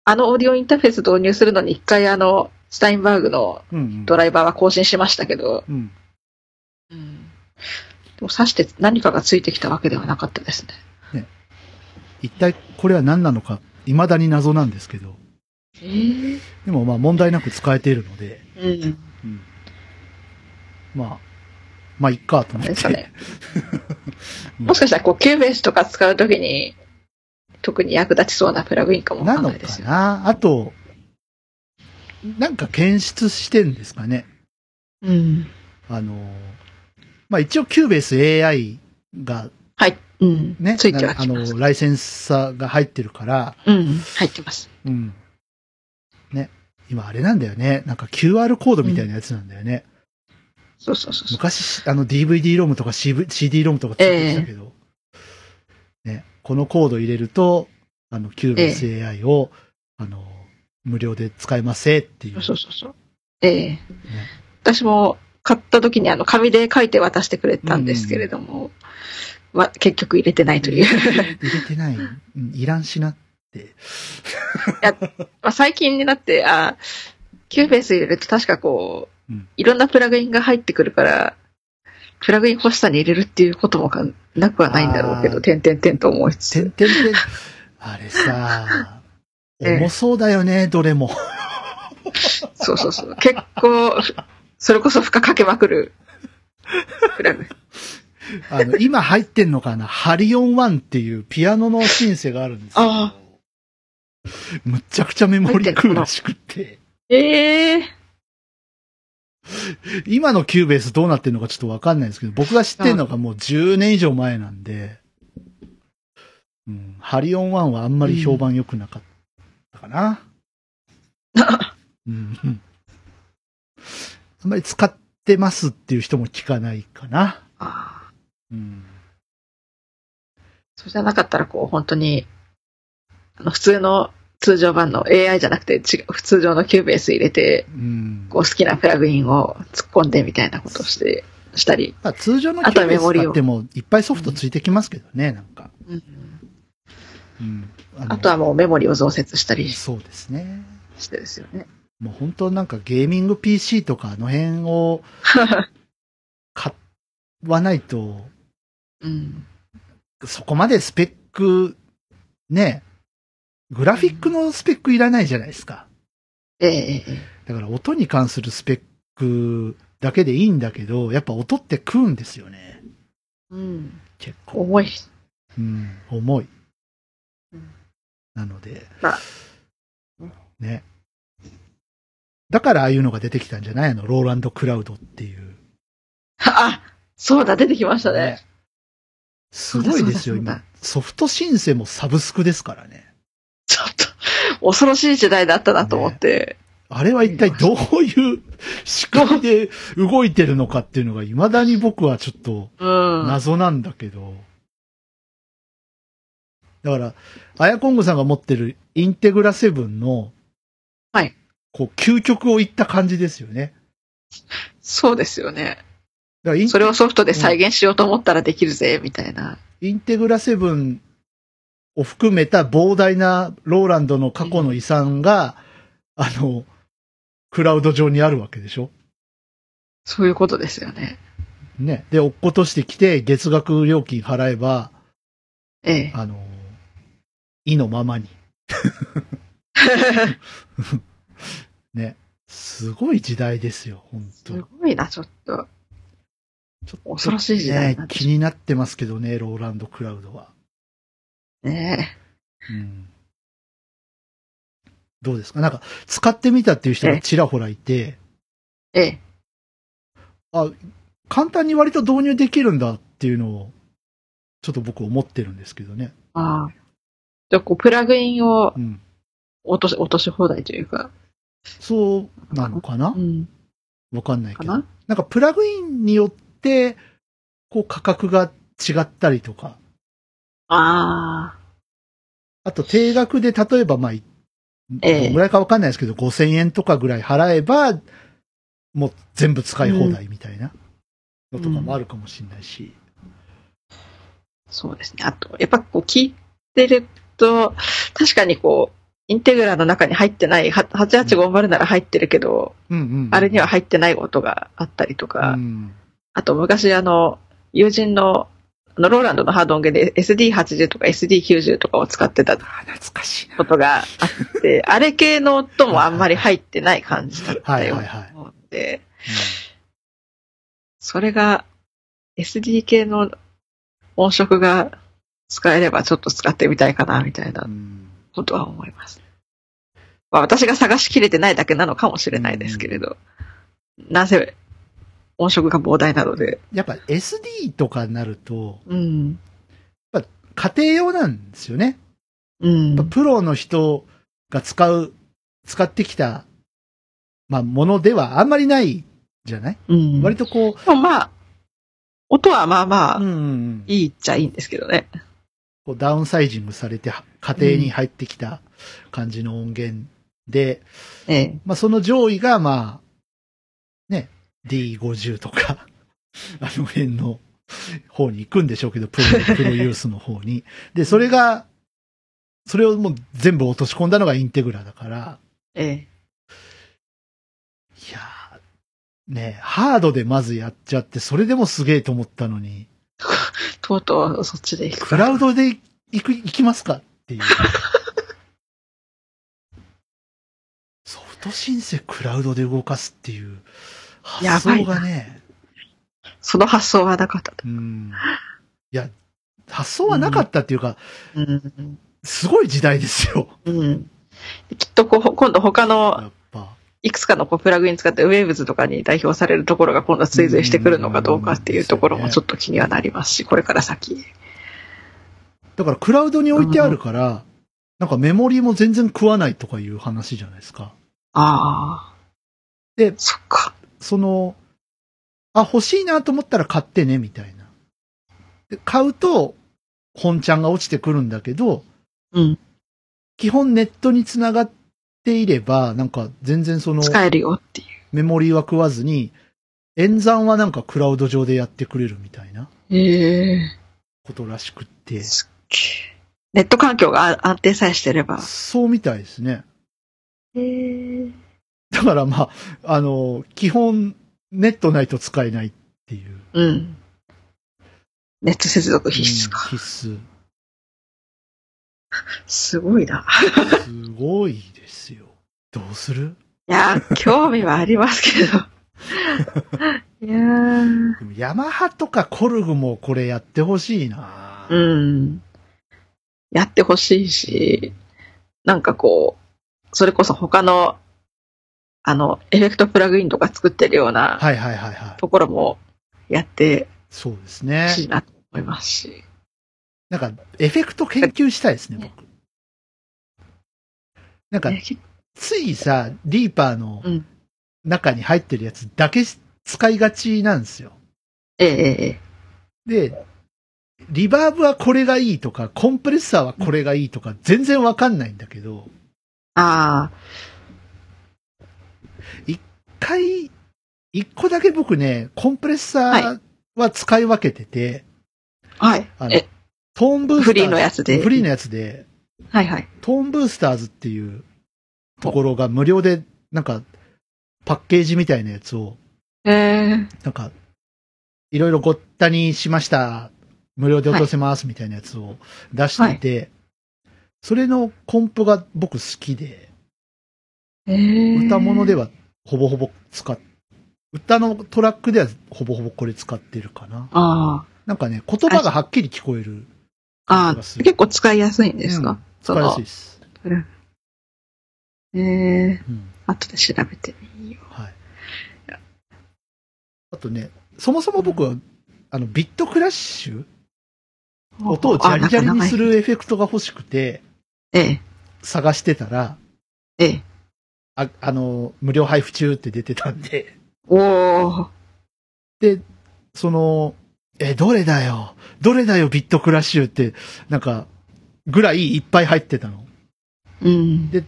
Speaker 2: あのオーディオインターフェース導入するのに一回あの、スタインバーグの
Speaker 1: うんうん
Speaker 2: ドライバーは更新しましたけど、
Speaker 1: うん。
Speaker 2: うんでも刺して何かがついてきたわけではなかったですね。
Speaker 1: 一体これは何なのか、未だに謎なんですけど。
Speaker 2: えー
Speaker 1: でもまあ問題なく使えているので、
Speaker 2: うん。
Speaker 1: うん。まあ、まあ、いっかと
Speaker 2: あ
Speaker 1: 思
Speaker 2: れ
Speaker 1: っ
Speaker 2: ですか
Speaker 1: て。 [LAUGHS]
Speaker 2: ね。もしかしたら、こう、キューベースとか使うときに、特に役立ちそうなプラグインかもわ
Speaker 1: な
Speaker 2: かん
Speaker 1: の
Speaker 2: ないで
Speaker 1: か
Speaker 2: すよ。
Speaker 1: なあと、なんか検出してんですかね。
Speaker 2: うん。
Speaker 1: あの、まあ一応キューベース AI が
Speaker 2: はい。うん。
Speaker 1: ね、
Speaker 2: ついては
Speaker 1: なあ
Speaker 2: きます
Speaker 1: の、。ライセンサーが入ってるから、
Speaker 2: うん。入ってます。
Speaker 1: うん。ね。今あれなんだよね。なんか QR コードみたいなやつなんだよね。
Speaker 2: そうそうそうそう。
Speaker 1: 昔、あの DVD ロムとか CV CD ロムとかついてきたけど、ね。このコード入れると、あの、キューベース AI を、あの、無料で使えますせっていう。
Speaker 2: そうそうそう。ええ私も買った時にあの紙で書いて渡してくれたんですけれども、わ結局入れてないという。
Speaker 1: 入れてない、うん、いらんしな。
Speaker 2: まあ最近になって、あキューベース入れると確かこう、
Speaker 1: うん
Speaker 2: いろんなプラグインが入ってくるから、プラグイン欲しさに入れるっていうこともかなくはないんだろうけ
Speaker 1: あー
Speaker 2: ど、点々点と思いつ
Speaker 1: てん
Speaker 2: つ。
Speaker 1: てんてん。あれさ、
Speaker 2: [LAUGHS] ええ
Speaker 1: 重そうだよね、どれも。
Speaker 2: そうそうそう。結構、ふそれこそ負荷かけまくる。プラグ。
Speaker 1: あの、今入ってんのかなハリオン1っていうピアノのシンセがあるんですよ。
Speaker 2: ああ。
Speaker 1: むちゃくちゃメモリ食うらしくって。
Speaker 2: ええ
Speaker 1: 今のキューベースどうなってんのかちょっとわかんないんですけど、僕が知ってんのがもう10年以上前なんで、うん、ハリオン1はあんまり評判良くなかったか [LAUGHS] な。うん。うんあんまり使ってますっていう人も聞かないかな。
Speaker 2: ああ。
Speaker 1: うん。
Speaker 2: そうじゃなかったら、こう、本当に、あの、普通の通常版の AI じゃなくて、違う、通常のキューベース入れて、
Speaker 1: うん。
Speaker 2: こう、好きなプラグインを突っ込んでみたいなことをして、したり。
Speaker 1: まあ、通常のキューベース使ってもいっぱいソフトついてきますけどね、なんか。うん。あの
Speaker 2: あとはもうメモリを増設したり
Speaker 1: そうですね。
Speaker 2: してですよね。
Speaker 1: もう本当なんかゲーミング PC とかあの辺
Speaker 2: [LAUGHS]
Speaker 1: を買わないと、
Speaker 2: うん。
Speaker 1: そこまでスペック、ね、グラフィックのスペックいらないじゃないですか。
Speaker 2: ええええ
Speaker 1: だから音に関するスペックだけでいいんだけど、やっぱ音って食うんですよね。
Speaker 2: うん。
Speaker 1: 結構。
Speaker 2: 重い。
Speaker 1: うん、重い
Speaker 2: うん。
Speaker 1: なので
Speaker 2: まあ、
Speaker 1: ね。だからああいうのが出てきたんじゃないあの、ローランド・クラウドっていう。
Speaker 2: あ、そうだ、出てきましたね。
Speaker 1: すごいですよ、
Speaker 2: そうだそうだそうだ
Speaker 1: 今。ソフトシンセもサブスクですからね。
Speaker 2: ちょっと、恐ろしい時代だったなと思って。
Speaker 1: あれは一体どういう仕組みで動いてるのかっていうのが未だに僕はちょっと
Speaker 2: うん。
Speaker 1: 謎なんだけど。だから、アヤコングさんが持ってるインテグラ7の、
Speaker 2: はい。
Speaker 1: こう、究極を言った感じですよね。
Speaker 2: そうですよね。
Speaker 1: だからイン
Speaker 2: それをソフトで再現しようと思ったらできるぜ、みたいな。
Speaker 1: インテグラ7を含めた膨大なローランドの過去の遺産が、あの、クラウド上にあるわけでしょ
Speaker 2: そういうことですよね。
Speaker 1: ね。で、落っことしてきて、月額料金払えば、
Speaker 2: え [LAUGHS] え。
Speaker 1: あの、意のままに。ね。すごい時代ですよ、本
Speaker 2: す
Speaker 1: 当
Speaker 2: ごいな、ちょっと。
Speaker 1: ちょっと
Speaker 2: 恐ろしい時代に
Speaker 1: ね
Speaker 2: なっ。て
Speaker 1: 気
Speaker 2: し
Speaker 1: になってますけどね、ローランド・クラウドは。
Speaker 2: まうね。
Speaker 1: うん。どうですかなんか、使ってみたっていう人がちらほらいて、
Speaker 2: ええ。
Speaker 1: 簡単に割と導入できるんだっていうのを、ちょっと僕思ってるんですけどね。
Speaker 2: ああ。じゃあ、こう、プラグインを
Speaker 1: うん。
Speaker 2: 落とし、落とし放題というか。
Speaker 1: そうなのかな
Speaker 2: うん。
Speaker 1: わかんないけ
Speaker 2: か
Speaker 1: ど。
Speaker 2: な
Speaker 1: なんかプラグインによって、こう価格が違ったりとか、
Speaker 2: ああ。
Speaker 1: あと定額で例えばまあ、
Speaker 2: ええ
Speaker 1: どんぐらいかわかんないですけど、5000円とかぐらい払えば、もう全部使い放題みたいなのとかもあるかもしれないし。
Speaker 2: そうですね。あと、やっぱこう、聞いてると、確かにこう、インテグラの中に入ってない、は8850なら入ってるけど、
Speaker 1: うんうん。
Speaker 2: あれには入ってない音があったりとか、
Speaker 1: うん。
Speaker 2: あと昔あの、友人の、あの、ローランドのハード音源で SD80 とか SD90 とかを使ってた
Speaker 1: 懐かしいな。
Speaker 2: ことがあ
Speaker 1: [LAUGHS]
Speaker 2: って、あれ系の音もあんまり入ってない感じだったよう
Speaker 1: はいはいは
Speaker 2: ないので、それが SD 系の音色が使えればちょっと使ってみたいかなみたいな
Speaker 1: うん
Speaker 2: ことは思います。まあ私が探しきれてないだけなのかもしれないですけれど、なぜ音色が膨大なので、
Speaker 1: やっぱ SD とかになると、
Speaker 2: うん。
Speaker 1: 家庭用なんですよね。
Speaker 2: うん
Speaker 1: やっぱ。プロの人が使う、使ってきた、まあ、ものではあんまりないじゃない、
Speaker 2: うん
Speaker 1: 割とこ
Speaker 2: でもまあ、音はまあ
Speaker 1: う、
Speaker 2: まあ、
Speaker 1: うんうんうん
Speaker 2: いいっちゃいいんですけどね。
Speaker 1: こうダウンサイジングされては家庭に入ってきた感じの音源で、
Speaker 2: ええ。
Speaker 1: まあ、その上位が、まあ、ね、D50 とか、 [LAUGHS] あの辺の方に行くんでしょうけど、プロ、プロユースの方に。で、それが、それをもう全部落とし込んだのがインテグラだから、
Speaker 2: ええ。
Speaker 1: いやー、ね、ハードでまずやっちゃって、それでもすげえと思ったのに、
Speaker 2: とうとうそっちで行く
Speaker 1: クラウドで行く、行きますかっ
Speaker 2: [LAUGHS]
Speaker 1: ていう。ソフトシンセクラウドで動かすっていう発想がね、
Speaker 2: その発想はなかった。
Speaker 1: うん。いや、発想はなかったっていうか、
Speaker 2: うん。
Speaker 1: すごい時代ですよ。
Speaker 2: うん。きっとこう、今度他の
Speaker 1: やっぱ。
Speaker 2: いくつかのこうプラグイン使って Waves とかに代表されるところが今度は追随してくるのかどうかっていうところもちょっと気にはなりますし、これから先。
Speaker 1: だからクラウドに置いてあるから、なんかメモリーも全然食わないとかいう話じゃないですか。
Speaker 2: ああ。
Speaker 1: で
Speaker 2: そっか。
Speaker 1: その、あ、欲しいなと思ったら買ってね、みたいな。で買うと、本ちゃんが落ちてくるんだけど、
Speaker 2: うん。
Speaker 1: 基本ネットにつながっていれば、なんか全然その
Speaker 2: 使えるよっていう。
Speaker 1: メモリーは食わずに、演算はなんかクラウド上でやってくれるみたいな
Speaker 2: ええ。
Speaker 1: ことらしくって、
Speaker 2: すっげえネット環境が安定さえしてれば。
Speaker 1: そうみたいですね。
Speaker 2: ええ。
Speaker 1: だからまあ、あの、基本ネットないと使えないっていう。
Speaker 2: うん。ネット接続必須か。
Speaker 1: うん必須。
Speaker 2: すごいな。
Speaker 1: すごいですよ。どうする
Speaker 2: いやー、興味はありますけ [LAUGHS] ど。いやー、
Speaker 1: でもヤマハとかコルグもこれやってほしいな、
Speaker 2: うん。やってほしいし、なんかこう、それこそ他の、あの、エフェクトプラグインとか作ってるような
Speaker 1: はいはいはいはい。
Speaker 2: ところもやって
Speaker 1: そうです
Speaker 2: ほ
Speaker 1: ね。
Speaker 2: しいなと思いますし。
Speaker 1: なんか、エフェクト研究したいですね、僕。なんか、
Speaker 2: ねき
Speaker 1: ついさ、リーパーの
Speaker 2: うん
Speaker 1: 中に入ってるやつだけ使いがちなんですよ。
Speaker 2: ええええ
Speaker 1: で、リバーブはこれがいいとか、コンプレッサーはこれがいいとか、全然わかんないんだけど、
Speaker 2: ああ、
Speaker 1: 一回、一個だけ僕ね、コンプレッサーは使い分けてて、
Speaker 2: はい
Speaker 1: あ。の
Speaker 2: え、
Speaker 1: トーンブースターズ
Speaker 2: フリーのやつで
Speaker 1: フリーのやつで、
Speaker 2: はいはい。
Speaker 1: トーンブースターズっていうところが無料で、なんか、パッケージみたいなやつを、
Speaker 2: ええ
Speaker 1: なんか、いろいろごったにしました。無料で落とせますみたいなやつを出してて、それのコンプが僕好きで、
Speaker 2: ええ
Speaker 1: 歌物ではほぼほぼ使っ、歌のトラックではほぼほぼこれ使ってるかな。
Speaker 2: あ
Speaker 1: なんかね、言葉がはっきり聞こえる。
Speaker 2: あ、ああ、結構使いやすいんですか、
Speaker 1: うん使いやすいです。
Speaker 2: ええ
Speaker 1: うん
Speaker 2: 後で調べてみよ
Speaker 1: はい。あとね、そもそも僕は、あの、ビットクラッシュ
Speaker 2: う。
Speaker 1: 音をジャリジャリにす
Speaker 2: あ。なんか
Speaker 1: るエフェクトが欲しくて、
Speaker 2: 長いえ
Speaker 1: 探してたら、
Speaker 2: え、ええ。
Speaker 1: ああの、無料配布中って出てたんで、
Speaker 2: おー。
Speaker 1: で、その、え、どれだよ、どれだよ、ビットクラッシュって、なんか、ぐらいいっぱい入ってたの。
Speaker 2: うん。
Speaker 1: で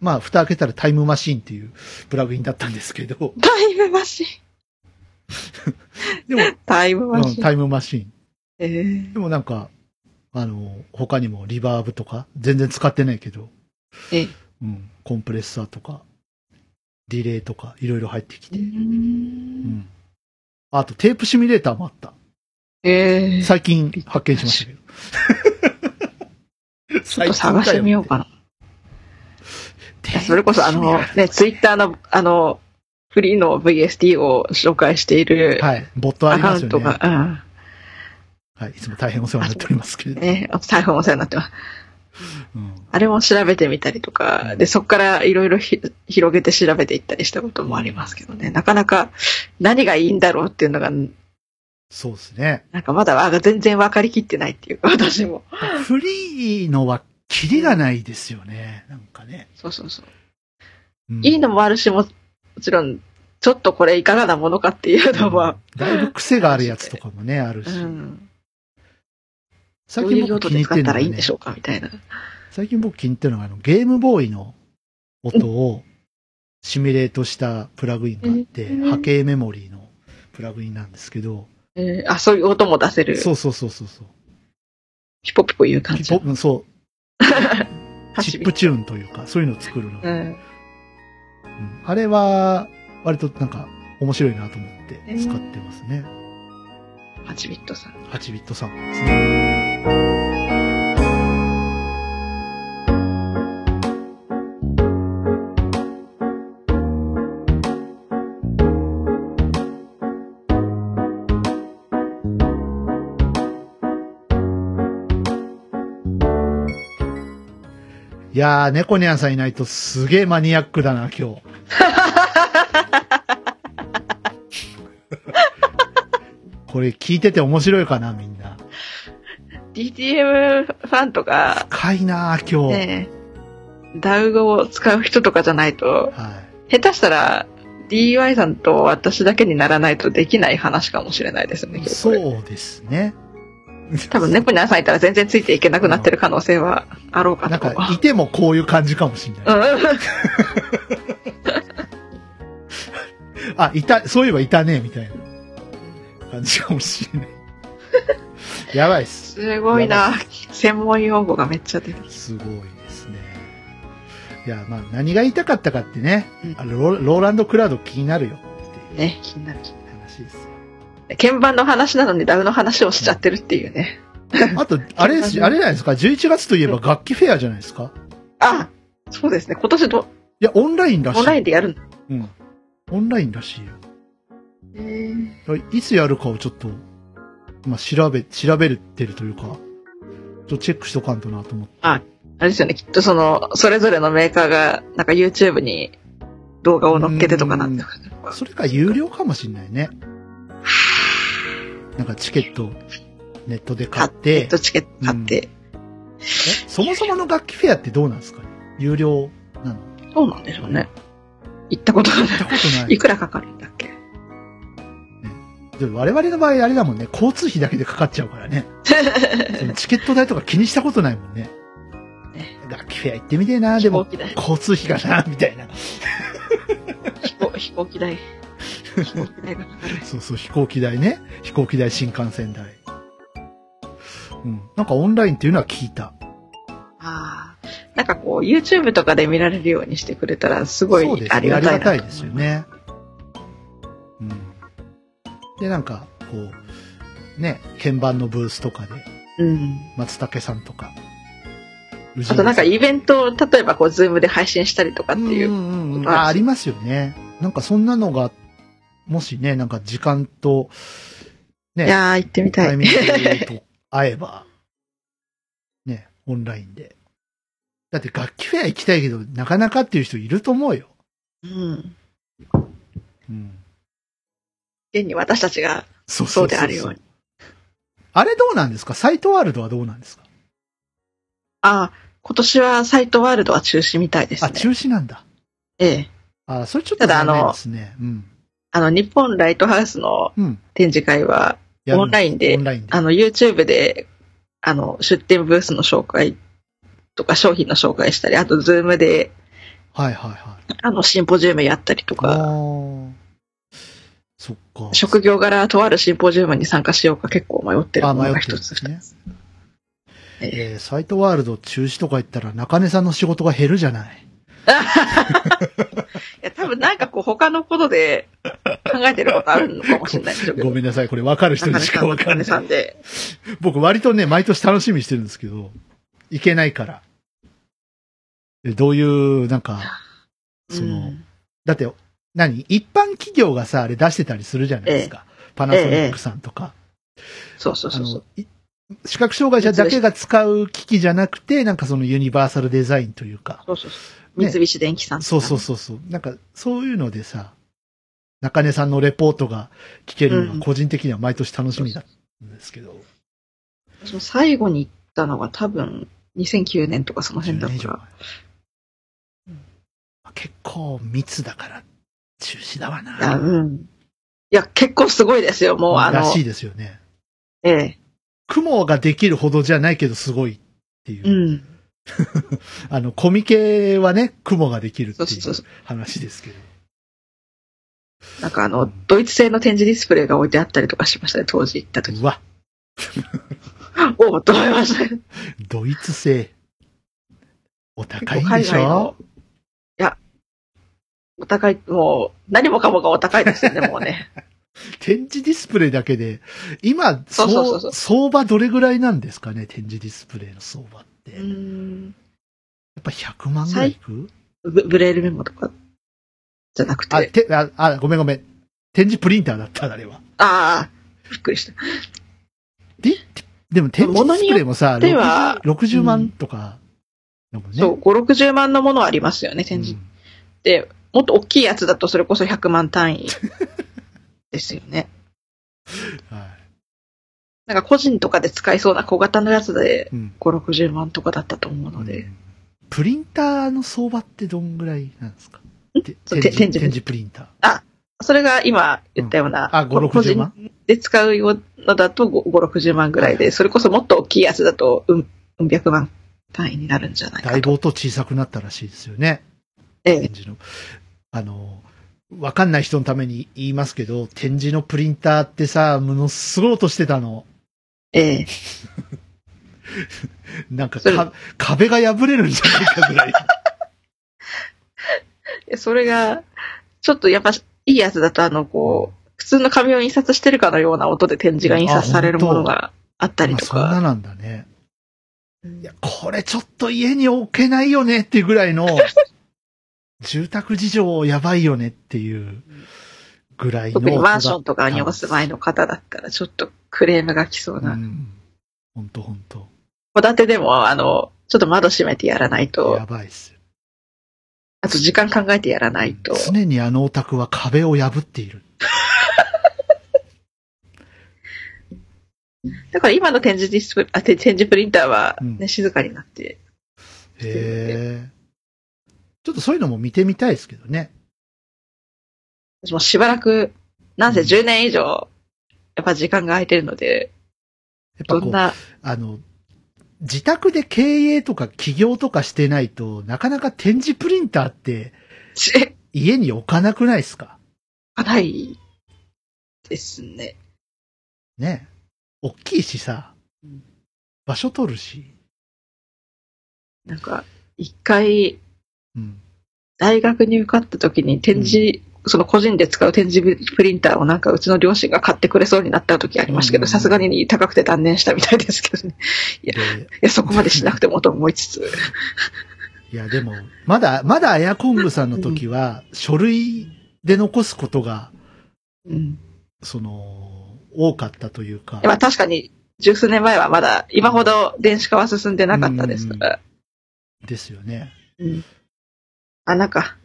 Speaker 1: まあ、蓋開けたらタイムマシーンっていうプラグインだったんですけど、
Speaker 2: タイムマシン。 [LAUGHS]
Speaker 1: でも、
Speaker 2: タイムマ
Speaker 1: うん
Speaker 2: シン。
Speaker 1: タイムマシーン。
Speaker 2: ええ
Speaker 1: でもなんか、あの、他にもリバーブとか、全然使ってないけど、
Speaker 2: ええ
Speaker 1: うん、コンプレッサーとか、ディレイとか、いろいろ入ってきて。うん。あと、テープシミュレーターもあった。
Speaker 2: ええ
Speaker 1: 最近発見しましたけど。
Speaker 2: [LAUGHS] ちょっと探してみようかな。いや
Speaker 1: な
Speaker 2: それこそあの、ね、ツイッターの、あの、フリーの VSD を紹介している
Speaker 1: はい、ボットあ
Speaker 2: ア
Speaker 1: り
Speaker 2: カ
Speaker 1: ま
Speaker 2: ウ
Speaker 1: すよ
Speaker 2: ント
Speaker 1: ね。
Speaker 2: が、うん
Speaker 1: はい、いつも大変お世話になっておりますけれど。
Speaker 2: ね、大変お世話になってます。
Speaker 1: うん
Speaker 2: あれも調べてみたりとか、で、そこからいろいろひ広げて調べていったりしたこともありますけどね、なかなか何がいいんだろうっていうのが、な
Speaker 1: そうですね。
Speaker 2: んかまだわ全然分かりきってないっていうか、私も。
Speaker 1: フリーのは、キリがないですよね。なんかね。
Speaker 2: そうそうそう。
Speaker 1: うん
Speaker 2: いいのもあるし、ももちろん、ちょっとこれいかがなものかっていうのは、
Speaker 1: だいぶ癖があるやつとかもね、ある
Speaker 2: う
Speaker 1: し。
Speaker 2: ん、
Speaker 1: 最
Speaker 2: ど
Speaker 1: 近
Speaker 2: ういう用
Speaker 1: 僕
Speaker 2: 途
Speaker 1: 気に
Speaker 2: で
Speaker 1: 入って
Speaker 2: 使っ
Speaker 1: るのが、
Speaker 2: たらいいん
Speaker 1: ね
Speaker 2: でし、ょうかみたいな。
Speaker 1: 最近僕気に入ってるのが、あの、ゲームボーイの音をシミュレートしたプラグインがあって、
Speaker 2: うん
Speaker 1: 波形メモリーのプラグインなんですけど、
Speaker 2: えーあ、そういう音も出せる。
Speaker 1: そうそうそうそうそう。
Speaker 2: ピポピポいう感
Speaker 1: ピ
Speaker 2: じ。
Speaker 1: ポうんそう、チ
Speaker 2: 走
Speaker 1: ッ
Speaker 2: り
Speaker 1: プチューンというか、そういうのを作るの。
Speaker 2: うん。
Speaker 1: うんあれは、割となんか面白いなと思って使ってますね。
Speaker 2: ハチビットさん。
Speaker 1: 8ビットさんですね。いやー、猫ニャンさんいないとすげーマニアックだな、今日。これ聞いてて面白いかな、みんな。
Speaker 2: DTM ファンとか、
Speaker 1: 深いなー、今日。
Speaker 2: ねえ、ダウ語を使う人とかじゃないと、
Speaker 1: はい。
Speaker 2: 下手したら DY さんと私だけにならないとできない話かもしれないですね。これ
Speaker 1: そうですね。
Speaker 2: 多分猫に朝いたら全然ついていけなくなってる可能性はあろうか
Speaker 1: [LAUGHS] なん
Speaker 2: と。 [LAUGHS]
Speaker 1: か、いてもこういう感じかもしれ
Speaker 2: う
Speaker 1: ない。
Speaker 2: ん。
Speaker 1: あ、いた、そういえばいたね、みたいな感じかもしれない。やばいっす。
Speaker 2: すごいな。専門用語がめっちゃ出てき
Speaker 1: すごいですね。いや、まあ、何が言いたかったかってね、
Speaker 2: うん
Speaker 1: あのローローランドクラウド気になるよって
Speaker 2: て
Speaker 1: いう
Speaker 2: ね。気になる。気にな
Speaker 1: 話ですよ。
Speaker 2: る鍵盤の話なのにダウの話をしちゃってるっていうね。
Speaker 1: あと、あ
Speaker 2: [LAUGHS]
Speaker 1: れです、あれじゃないですか、11月といえば楽器フェアじゃないですか。
Speaker 2: あ、そうですね。今年ど
Speaker 1: いや、オンラインらしい。
Speaker 2: オンラインでやるの
Speaker 1: うん。オンラインらしいよ。いつやるかをちょっと、まあ、調べ、調べてるというか、ちょっとチェックしとかんとなと思って。
Speaker 2: あれですよね、きっとその、それぞれのメーカーが、なんか YouTube に動画を載っけてとかなんて
Speaker 1: うそれか有料かもしんないね。なんかチケット、ネットで買
Speaker 2: 買
Speaker 1: っ
Speaker 2: って、
Speaker 1: て
Speaker 2: ネッ、トチケット買っ
Speaker 1: え
Speaker 2: て。
Speaker 1: そもそもの楽器フェアってどうなんですかね有料なの
Speaker 2: どうなんでしょうね。行ったことが
Speaker 1: 行った
Speaker 2: な。
Speaker 1: ことないい
Speaker 2: い。くらかかるんだっ [LAUGHS] け
Speaker 1: でも我々の場合あれだもんね、交通費だけでかかっちゃうからね。そのチケット代とか気にしたことないもんね
Speaker 2: ね。
Speaker 1: 楽器フェア行ってみてえな、でも
Speaker 2: 飛行機代、
Speaker 1: 交通費がな、みたいな。
Speaker 2: 飛行飛行機 [LAUGHS] 代。飛行機代がかかる。
Speaker 1: そうそう、飛行機代ね。飛行機代、新幹線代。うん。なんかオンラインっていうのは聞いた。
Speaker 2: ああ。なんかこう、YouTube とかで見られるようにしてくれたら、すご
Speaker 1: そうで
Speaker 2: い
Speaker 1: すね
Speaker 2: ありが
Speaker 1: あ
Speaker 2: た
Speaker 1: りが
Speaker 2: いな。
Speaker 1: たいですよね。うん。で、なんか、こう、ね、鍵盤のブースとかで、
Speaker 2: うん。
Speaker 1: 松竹さんとか、宇治
Speaker 2: あとなんかイベントを、例えばこう、Zoom で配信したりとかっていう。
Speaker 1: んうんうん
Speaker 2: ことなんですよ
Speaker 1: あ、ありますよね。なんかそんなのが、もしね、なんか時間と、ね、
Speaker 2: いやー、行ってみた
Speaker 1: タイ
Speaker 2: い。
Speaker 1: ミングと会えば、ね、オンラインで。だって楽器フェア行きたいけど、なかなかっていう人いると思うよ。
Speaker 2: うん。
Speaker 1: うん。
Speaker 2: 現に私たちが
Speaker 1: そう
Speaker 2: そうであるように。
Speaker 1: あれどうなんですかサイトワールドはどうなんですか
Speaker 2: あ、今年はサイトワールドは中止みたいです
Speaker 1: あ、
Speaker 2: ね。
Speaker 1: 中止なんだ。
Speaker 2: ええ。
Speaker 1: あ、それちょっと
Speaker 2: ただあ
Speaker 1: 残
Speaker 2: の
Speaker 1: 念ですね。うん。
Speaker 2: あの、日本ライトハウスの
Speaker 1: うん。
Speaker 2: 展示会は、
Speaker 1: やる
Speaker 2: オンラインで
Speaker 1: オンラインで。
Speaker 2: あの、YouTube で、あの、出店ブースの紹介とか、商品の紹介したり、あと、ズームで、
Speaker 1: はいはいはい。
Speaker 2: あの、シンポジウムやったりと
Speaker 1: あ
Speaker 2: か、
Speaker 1: ーそっか。
Speaker 2: 職業柄とあるシンポジウムに参加しようか結構迷ってる
Speaker 1: あ、
Speaker 2: もの
Speaker 1: 迷
Speaker 2: が
Speaker 1: ってる
Speaker 2: 一
Speaker 1: んで
Speaker 2: つ
Speaker 1: すね。
Speaker 2: え
Speaker 1: えーサイトワールド中止とか言ったら中根さんの仕事が減るじゃない。
Speaker 2: いや、多分なんかこう他のことで考えてることあるのかもしれないですよ。
Speaker 1: [LAUGHS] ごめんなさい。これ分かる人にしか分かん
Speaker 2: 中根さ
Speaker 1: なんい。
Speaker 2: で。
Speaker 1: 僕割とね、毎年楽しみにしてるんですけど、行けないから。でどういう、なんか、その、
Speaker 2: うん
Speaker 1: だって、何一般企業がさ、あれ出してたりするじゃないですか。パナソニックさんとか。
Speaker 2: そうそうそうそう。
Speaker 1: あのい視覚障害者だけが使う機器じゃなくて、なんかそのユニバーサルデザインというか。
Speaker 2: そうそうそう。三菱電機さんとか
Speaker 1: そうそうそうそう。なんか、そういうのでさ、中根さんのレポートが聞けるの
Speaker 2: う
Speaker 1: は
Speaker 2: ん
Speaker 1: 個人的には毎年楽しみだったんですけど。
Speaker 2: その最後に行ったのが多分2009年とかその辺
Speaker 1: 10
Speaker 2: だ
Speaker 1: 年以
Speaker 2: か
Speaker 1: 上前
Speaker 2: ら。
Speaker 1: 結構密だから中止だわな。
Speaker 2: いや、うん。いや、結構すごいですよ、もうあの
Speaker 1: ら、しいですよね。
Speaker 2: ええ、
Speaker 1: 雲ができるほどじゃないけどすごいっていう。
Speaker 2: うん。
Speaker 1: あの、コミケはね、雲ができるって
Speaker 2: そ
Speaker 1: いう
Speaker 2: そう
Speaker 1: う
Speaker 2: そ
Speaker 1: 話ですけど。
Speaker 2: う。なんかあの、ドイツ製の展示ディスプレイが置いてあったりとかしましたね、当時行った時。
Speaker 1: うわ、
Speaker 2: [LAUGHS] おおと思いましたね。
Speaker 1: ドイツ製。お高い
Speaker 2: 結
Speaker 1: ん
Speaker 2: 構
Speaker 1: で
Speaker 2: 海
Speaker 1: し
Speaker 2: 外の
Speaker 1: ょ。
Speaker 2: いや、お高い、もう、何もかもがお高いです
Speaker 1: [LAUGHS]
Speaker 2: よね、もうね。
Speaker 1: 展示ディスプレイだけで、今、
Speaker 2: そうそうそうそう
Speaker 1: 相場どれぐらいなんですかね、展示ディスプレイの相場って。
Speaker 2: う
Speaker 1: やっ
Speaker 2: ん
Speaker 1: ぱ100万ぐらいいく
Speaker 2: ブブレールメモとか、じゃなくて。
Speaker 1: あ、て、あ、あごめんごめん。展示プリンターだった、あれは。
Speaker 2: ああ、びっくりした。
Speaker 1: で、でも展示ディスプレイもさ、
Speaker 2: 物によっては
Speaker 1: 60, 60万とか、だもんね。
Speaker 2: そう、5、60万のものありますよね、展示
Speaker 1: うん
Speaker 2: って。もっと大きいやつだとそれこそ100万
Speaker 1: [LAUGHS]
Speaker 2: 単位ですよね。
Speaker 1: は
Speaker 2: なんか個人とかで使いそうな小型のやつで
Speaker 1: い。うん。
Speaker 2: 5、60万とかだったと思うので。
Speaker 1: うんプリンターの相場ってどんぐらいなんですかて
Speaker 2: そう
Speaker 1: 展示
Speaker 2: て展示
Speaker 1: 展示プリンター。
Speaker 2: それが今言ったような、
Speaker 1: あ、
Speaker 2: こ
Speaker 1: 5、
Speaker 2: の
Speaker 1: 60万
Speaker 2: 個人で使うようのだと5、60万ぐらいで、それこそもっと大きいやつだと、うん、うん、百万単位になるんじゃない
Speaker 1: だい
Speaker 2: かと。
Speaker 1: ぶ音小さくなったらしいですよね。
Speaker 2: ええ
Speaker 1: 展示の。あの、わかんない人のために言いますけど、展示のプリンターってさ、ものすごい音してたの。
Speaker 2: ええ
Speaker 1: なんか
Speaker 2: それ
Speaker 1: か壁が破れるんじゃないかぐらい。
Speaker 2: でそれが、ちょっとやっぱ、いいやつだと、あの、こう、普通の紙を印刷してるかのような音で展示が印刷されるものがあったり
Speaker 1: まあ
Speaker 2: と
Speaker 1: そんな
Speaker 2: か。
Speaker 1: なんだね。いや、これちょっと家に置けないよねっていうぐらい
Speaker 2: [LAUGHS]
Speaker 1: の、住宅事情やばいよねっていうぐらいの音
Speaker 2: 特
Speaker 1: だ。
Speaker 2: にマンションとかにお住まいの方だったら、ちょっとクレームが来そう
Speaker 1: う
Speaker 2: な。
Speaker 1: ん。ほんとほんと。
Speaker 2: 戸建てでも、あの、ちょっと窓閉めてやらないと
Speaker 1: や、ばいっすよ。
Speaker 2: あと時間考えてやらないと。
Speaker 1: 常にあのお宅は壁を破っている。
Speaker 2: だから今の展示ディスプあ、て展示プリンターは、ね、
Speaker 1: うん
Speaker 2: 静かになって。
Speaker 1: へえ。ちょっとそういうのも見てみたいですけどね。
Speaker 2: 私もしばらく、なんせ
Speaker 1: うん
Speaker 2: 10年以上、やっぱ時間が空いてるので、
Speaker 1: やっぱ
Speaker 2: ど
Speaker 1: こ
Speaker 2: ん
Speaker 1: う、
Speaker 2: な、
Speaker 1: あの、自宅で経営とか起業とかしてないと、なかなか展示プリンターって
Speaker 2: し
Speaker 1: 家に置かなくないですか
Speaker 2: かないですね。
Speaker 1: ね。大きいしさ
Speaker 2: うん、
Speaker 1: 場所取るし。
Speaker 2: なんか、一回、
Speaker 1: うん。
Speaker 2: 大学に受かった時に展示、その個人で使う展示プリンターをなんかうちの両親が買ってくれそうになった時ありましたけ
Speaker 1: うん
Speaker 2: ど、さすがに高くて断念したみたいですけ
Speaker 1: [LAUGHS]
Speaker 2: どね。いや、
Speaker 1: で
Speaker 2: いやそこまでしなくてもと思いつつ。
Speaker 1: いや、でも、まだ、まだアヤコングさんの時は、書類で残すことが、
Speaker 2: うん。
Speaker 1: その、多かったというか。
Speaker 2: まあ確かに、十数年前はまだ、今ほど電子化は進んでなかったですから。
Speaker 1: ですよね。
Speaker 2: うん。あ、なんか、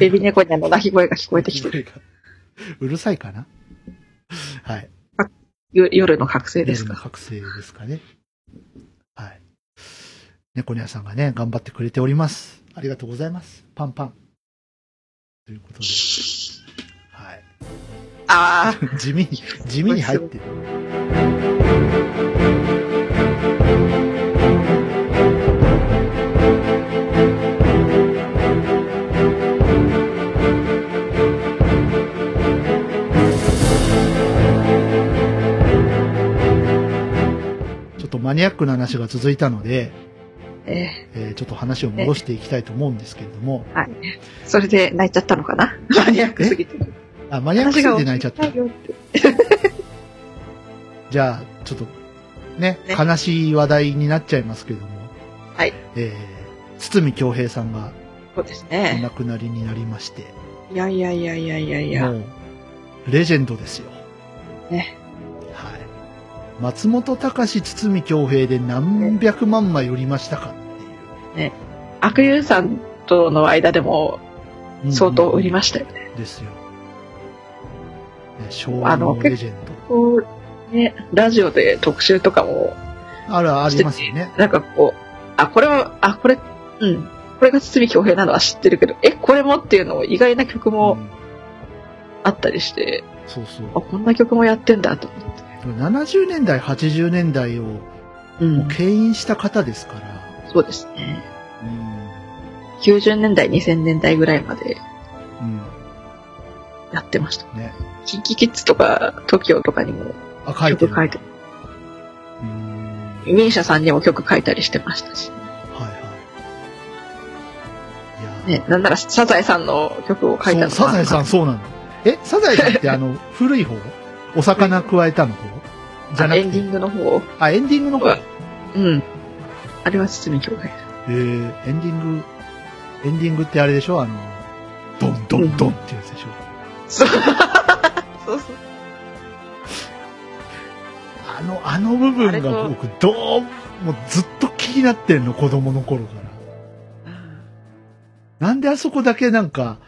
Speaker 2: ベビー猫にあの鳴き声が聞こえてきてる。
Speaker 1: [LAUGHS] うるさいかなはい。
Speaker 2: よ夜の覚醒で
Speaker 1: 夜
Speaker 2: す
Speaker 1: の
Speaker 2: か。
Speaker 1: 覚醒ですかね。はい。猫ニャさんがね、頑張ってくれております。ありがとうございます。パンパン。ということで。はい。
Speaker 2: あ
Speaker 1: [LAUGHS]
Speaker 2: あ。
Speaker 1: 地味に、地味に入ってる。ちょっとマニアックな話が続いたので、
Speaker 2: え
Speaker 1: えーちょっと話を戻していきたいと思うんですけれども、
Speaker 2: ーはい。それで泣いちゃったのかなマニアックすぎて。
Speaker 1: あ、マニアックすぎて泣いちゃった。じゃあ、ちょっと、ね、
Speaker 2: ね
Speaker 1: 悲しい話題になっちゃいますけれども、
Speaker 2: はい。
Speaker 1: えー、堤京平さんが
Speaker 2: そうです
Speaker 1: お
Speaker 2: ね。
Speaker 1: 亡くなりになりまして、
Speaker 2: いやいやいやいやいやいや。
Speaker 1: もう、レジェンドですよ。
Speaker 2: ね。
Speaker 1: はい。松本隆、堤京平で何百万枚売りましたかっていう
Speaker 2: 悪友さんとの間でも
Speaker 1: うんうん。
Speaker 2: 相当売りましたよね。
Speaker 1: ですよ。ね昭和のレジェンド。
Speaker 2: こう、ね、ラジオで特集とかも、
Speaker 1: あるありますよね。
Speaker 2: なんかこう、あ、これは、あ、これ、うん。これが堤恭平なのは知ってるけど、え、これもっていうのも意外な曲
Speaker 1: う
Speaker 2: も
Speaker 1: ん
Speaker 2: あったりして、
Speaker 1: そうそう
Speaker 2: あ、。こんな曲もやってんだと思って。
Speaker 1: でも70年代、80年代をも
Speaker 2: う。
Speaker 1: うん牽引した方ですから、
Speaker 2: そうですね。
Speaker 1: うん
Speaker 2: 90年代、2000年代ぐらいまでやってました。
Speaker 1: ね。
Speaker 2: キンキキッズとか、TOKIO とかにも
Speaker 1: あ、書いてる。
Speaker 2: 曲書いて、
Speaker 1: うんはい
Speaker 2: ミーシャさんにも曲書いたりしてましたし、
Speaker 1: はい。いや
Speaker 2: ね、なんならサザエさんの曲を書いたの
Speaker 1: ー、そうサザエさん、
Speaker 2: ん
Speaker 1: そうなの。え、サザエさんってあ
Speaker 2: [LAUGHS]
Speaker 1: の、古い方お魚加えたの方じゃな
Speaker 2: エン
Speaker 1: く
Speaker 2: デ
Speaker 1: て
Speaker 2: ィ。ングの方。
Speaker 1: あ、エンディングの方。え
Speaker 2: うん。あれは堤恭平。
Speaker 1: ー、エンディング、エンディングってあれでしょあの、ドンドンドンってやつでしょ
Speaker 2: そう。そうそう。
Speaker 1: あの、あの部分が僕、どうもずっと気になってんの、子供の頃から。なんであそこだけなんか、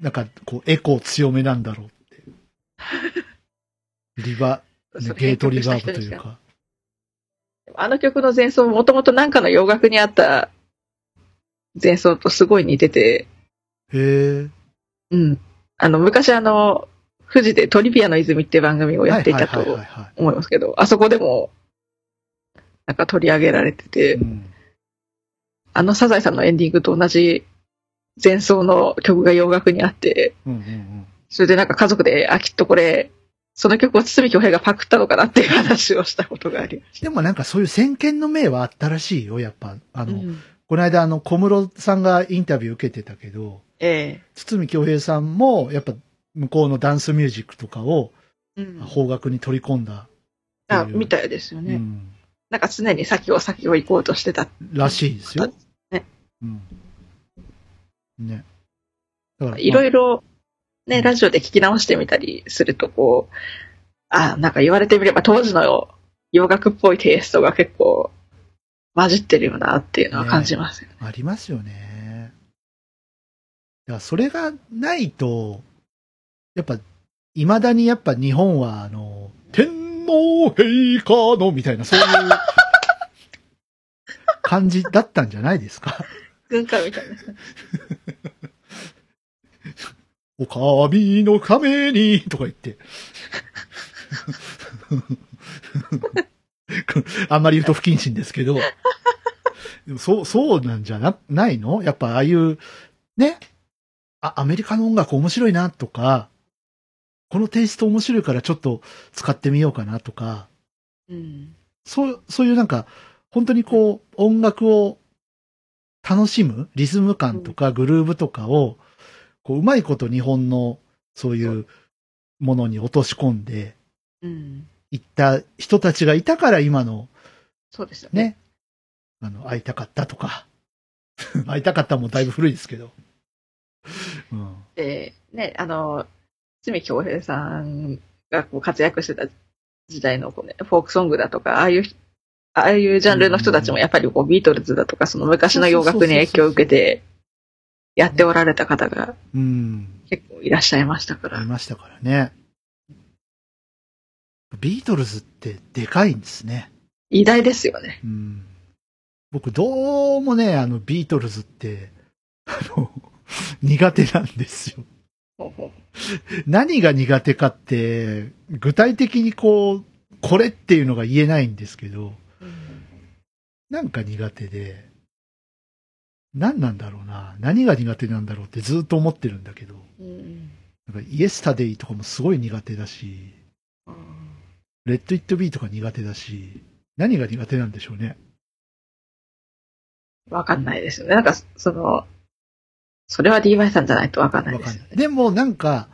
Speaker 1: なんか、こう、エコー強めなんだろう
Speaker 2: [LAUGHS]
Speaker 1: って。リバ、ね
Speaker 2: そう
Speaker 1: ゲートリバーブという。か。
Speaker 2: あの曲の前奏ももともとなんかの洋楽にあった前奏とすごい似てて、
Speaker 1: へえ。
Speaker 2: うん。あの、昔あの、富士でトリビアの泉って番組をやっていた
Speaker 1: はいはいはい
Speaker 2: と
Speaker 1: は
Speaker 2: 思いますけど、あそこでも、なんか取り上げられて
Speaker 1: い。
Speaker 2: て、
Speaker 1: うん
Speaker 2: あのサザエさんのエンディングと同じ前奏の曲が洋楽にあって、
Speaker 1: うんうんうん。
Speaker 2: それでなんか家族で、あ、きっとこれ、その曲を堤恭平がパクったのかなっていう話をしたことがありまし
Speaker 1: でもなんかそういう先見の明はあったらしいよ、やっぱ。あ
Speaker 2: た。
Speaker 1: の、
Speaker 2: うん
Speaker 1: この間あの、小室さんがインタビュー受けてたけど、
Speaker 2: え
Speaker 1: 堤京平さんも、やっぱ、向こうのダンスミュージックとかを
Speaker 2: えうん
Speaker 1: 方角に取り込んだ、
Speaker 2: あ、みたいですよね。
Speaker 1: うん、
Speaker 2: なんか常に先を先を行こうとしてた。
Speaker 1: らしいですよ。
Speaker 2: ね。
Speaker 1: うん。ね。だから
Speaker 2: いろ
Speaker 1: ろ。
Speaker 2: いろ、ね、ラジオで聞き直してみたりすると、こう、あ、なんか言われてみれば当時の洋楽っぽいテイストが結構混じってるよなっていうのは感じますよね。
Speaker 1: まあありますよね。だからそれがないと、やっぱ、未だにやっぱ日本は、あの、天皇陛下のみたいな、
Speaker 2: [LAUGHS]
Speaker 1: そういう感じだったんじゃないですか。
Speaker 2: 軍歌みたいな。
Speaker 1: お神の亀に、とか言って。あんまり言うと不謹慎ですけど。でもそう、そうなんじゃな、ないのやっぱああいう、ね。あ、アメリカの音楽面白いな、とか、このテイスト面白いからちょっと使ってみようかな、とか、
Speaker 2: うん。
Speaker 1: そう、そういうなんか、本当にこう、音楽を楽しむ、リズム感とかグルーブとかを、こう、うまいこと日本の、そういうものに落とし込んで
Speaker 2: うん。
Speaker 1: いった人たちがいたから今の
Speaker 2: そうですよね。
Speaker 1: ね、あの、会いたかったとか、 [LAUGHS] 会いたかったもだいぶ古いですけど。うん。
Speaker 2: で、ね、あの、堤恭平さんがこう活躍してた時代のこう、ね、フォークソングだとか、ああいう、ああいうジャンルの人たちもやっぱりこうビートルズだとか、その昔の洋楽に影響を受けてやっておられた方が
Speaker 1: うん。
Speaker 2: 結構いらっしゃいましたか
Speaker 1: あ
Speaker 2: ら
Speaker 1: り。ましたからね。ビートルズってでかいんですね。
Speaker 2: 偉大ですよね。
Speaker 1: うん僕、どうもね、あの、ビートルズって、あの、 [LAUGHS] 苦手なんですよ。何が苦手かって、具体的にこう、これっていうのが言えないんですけど、なんか苦手で、何なんだろうな、何が苦手なんだろうってずっと思ってるんだけど、
Speaker 2: うん
Speaker 1: なんかイエスタデイとかもすごい苦手だし、レッド・イット・ビーとか苦手だし、何が苦手なんでしょうね。
Speaker 2: わかんないですよね。なんか、その、それは DY さんじゃないとわかんない
Speaker 1: わ
Speaker 2: で
Speaker 1: かん
Speaker 2: す
Speaker 1: な
Speaker 2: よ
Speaker 1: い。
Speaker 2: ね。
Speaker 1: でもなんか、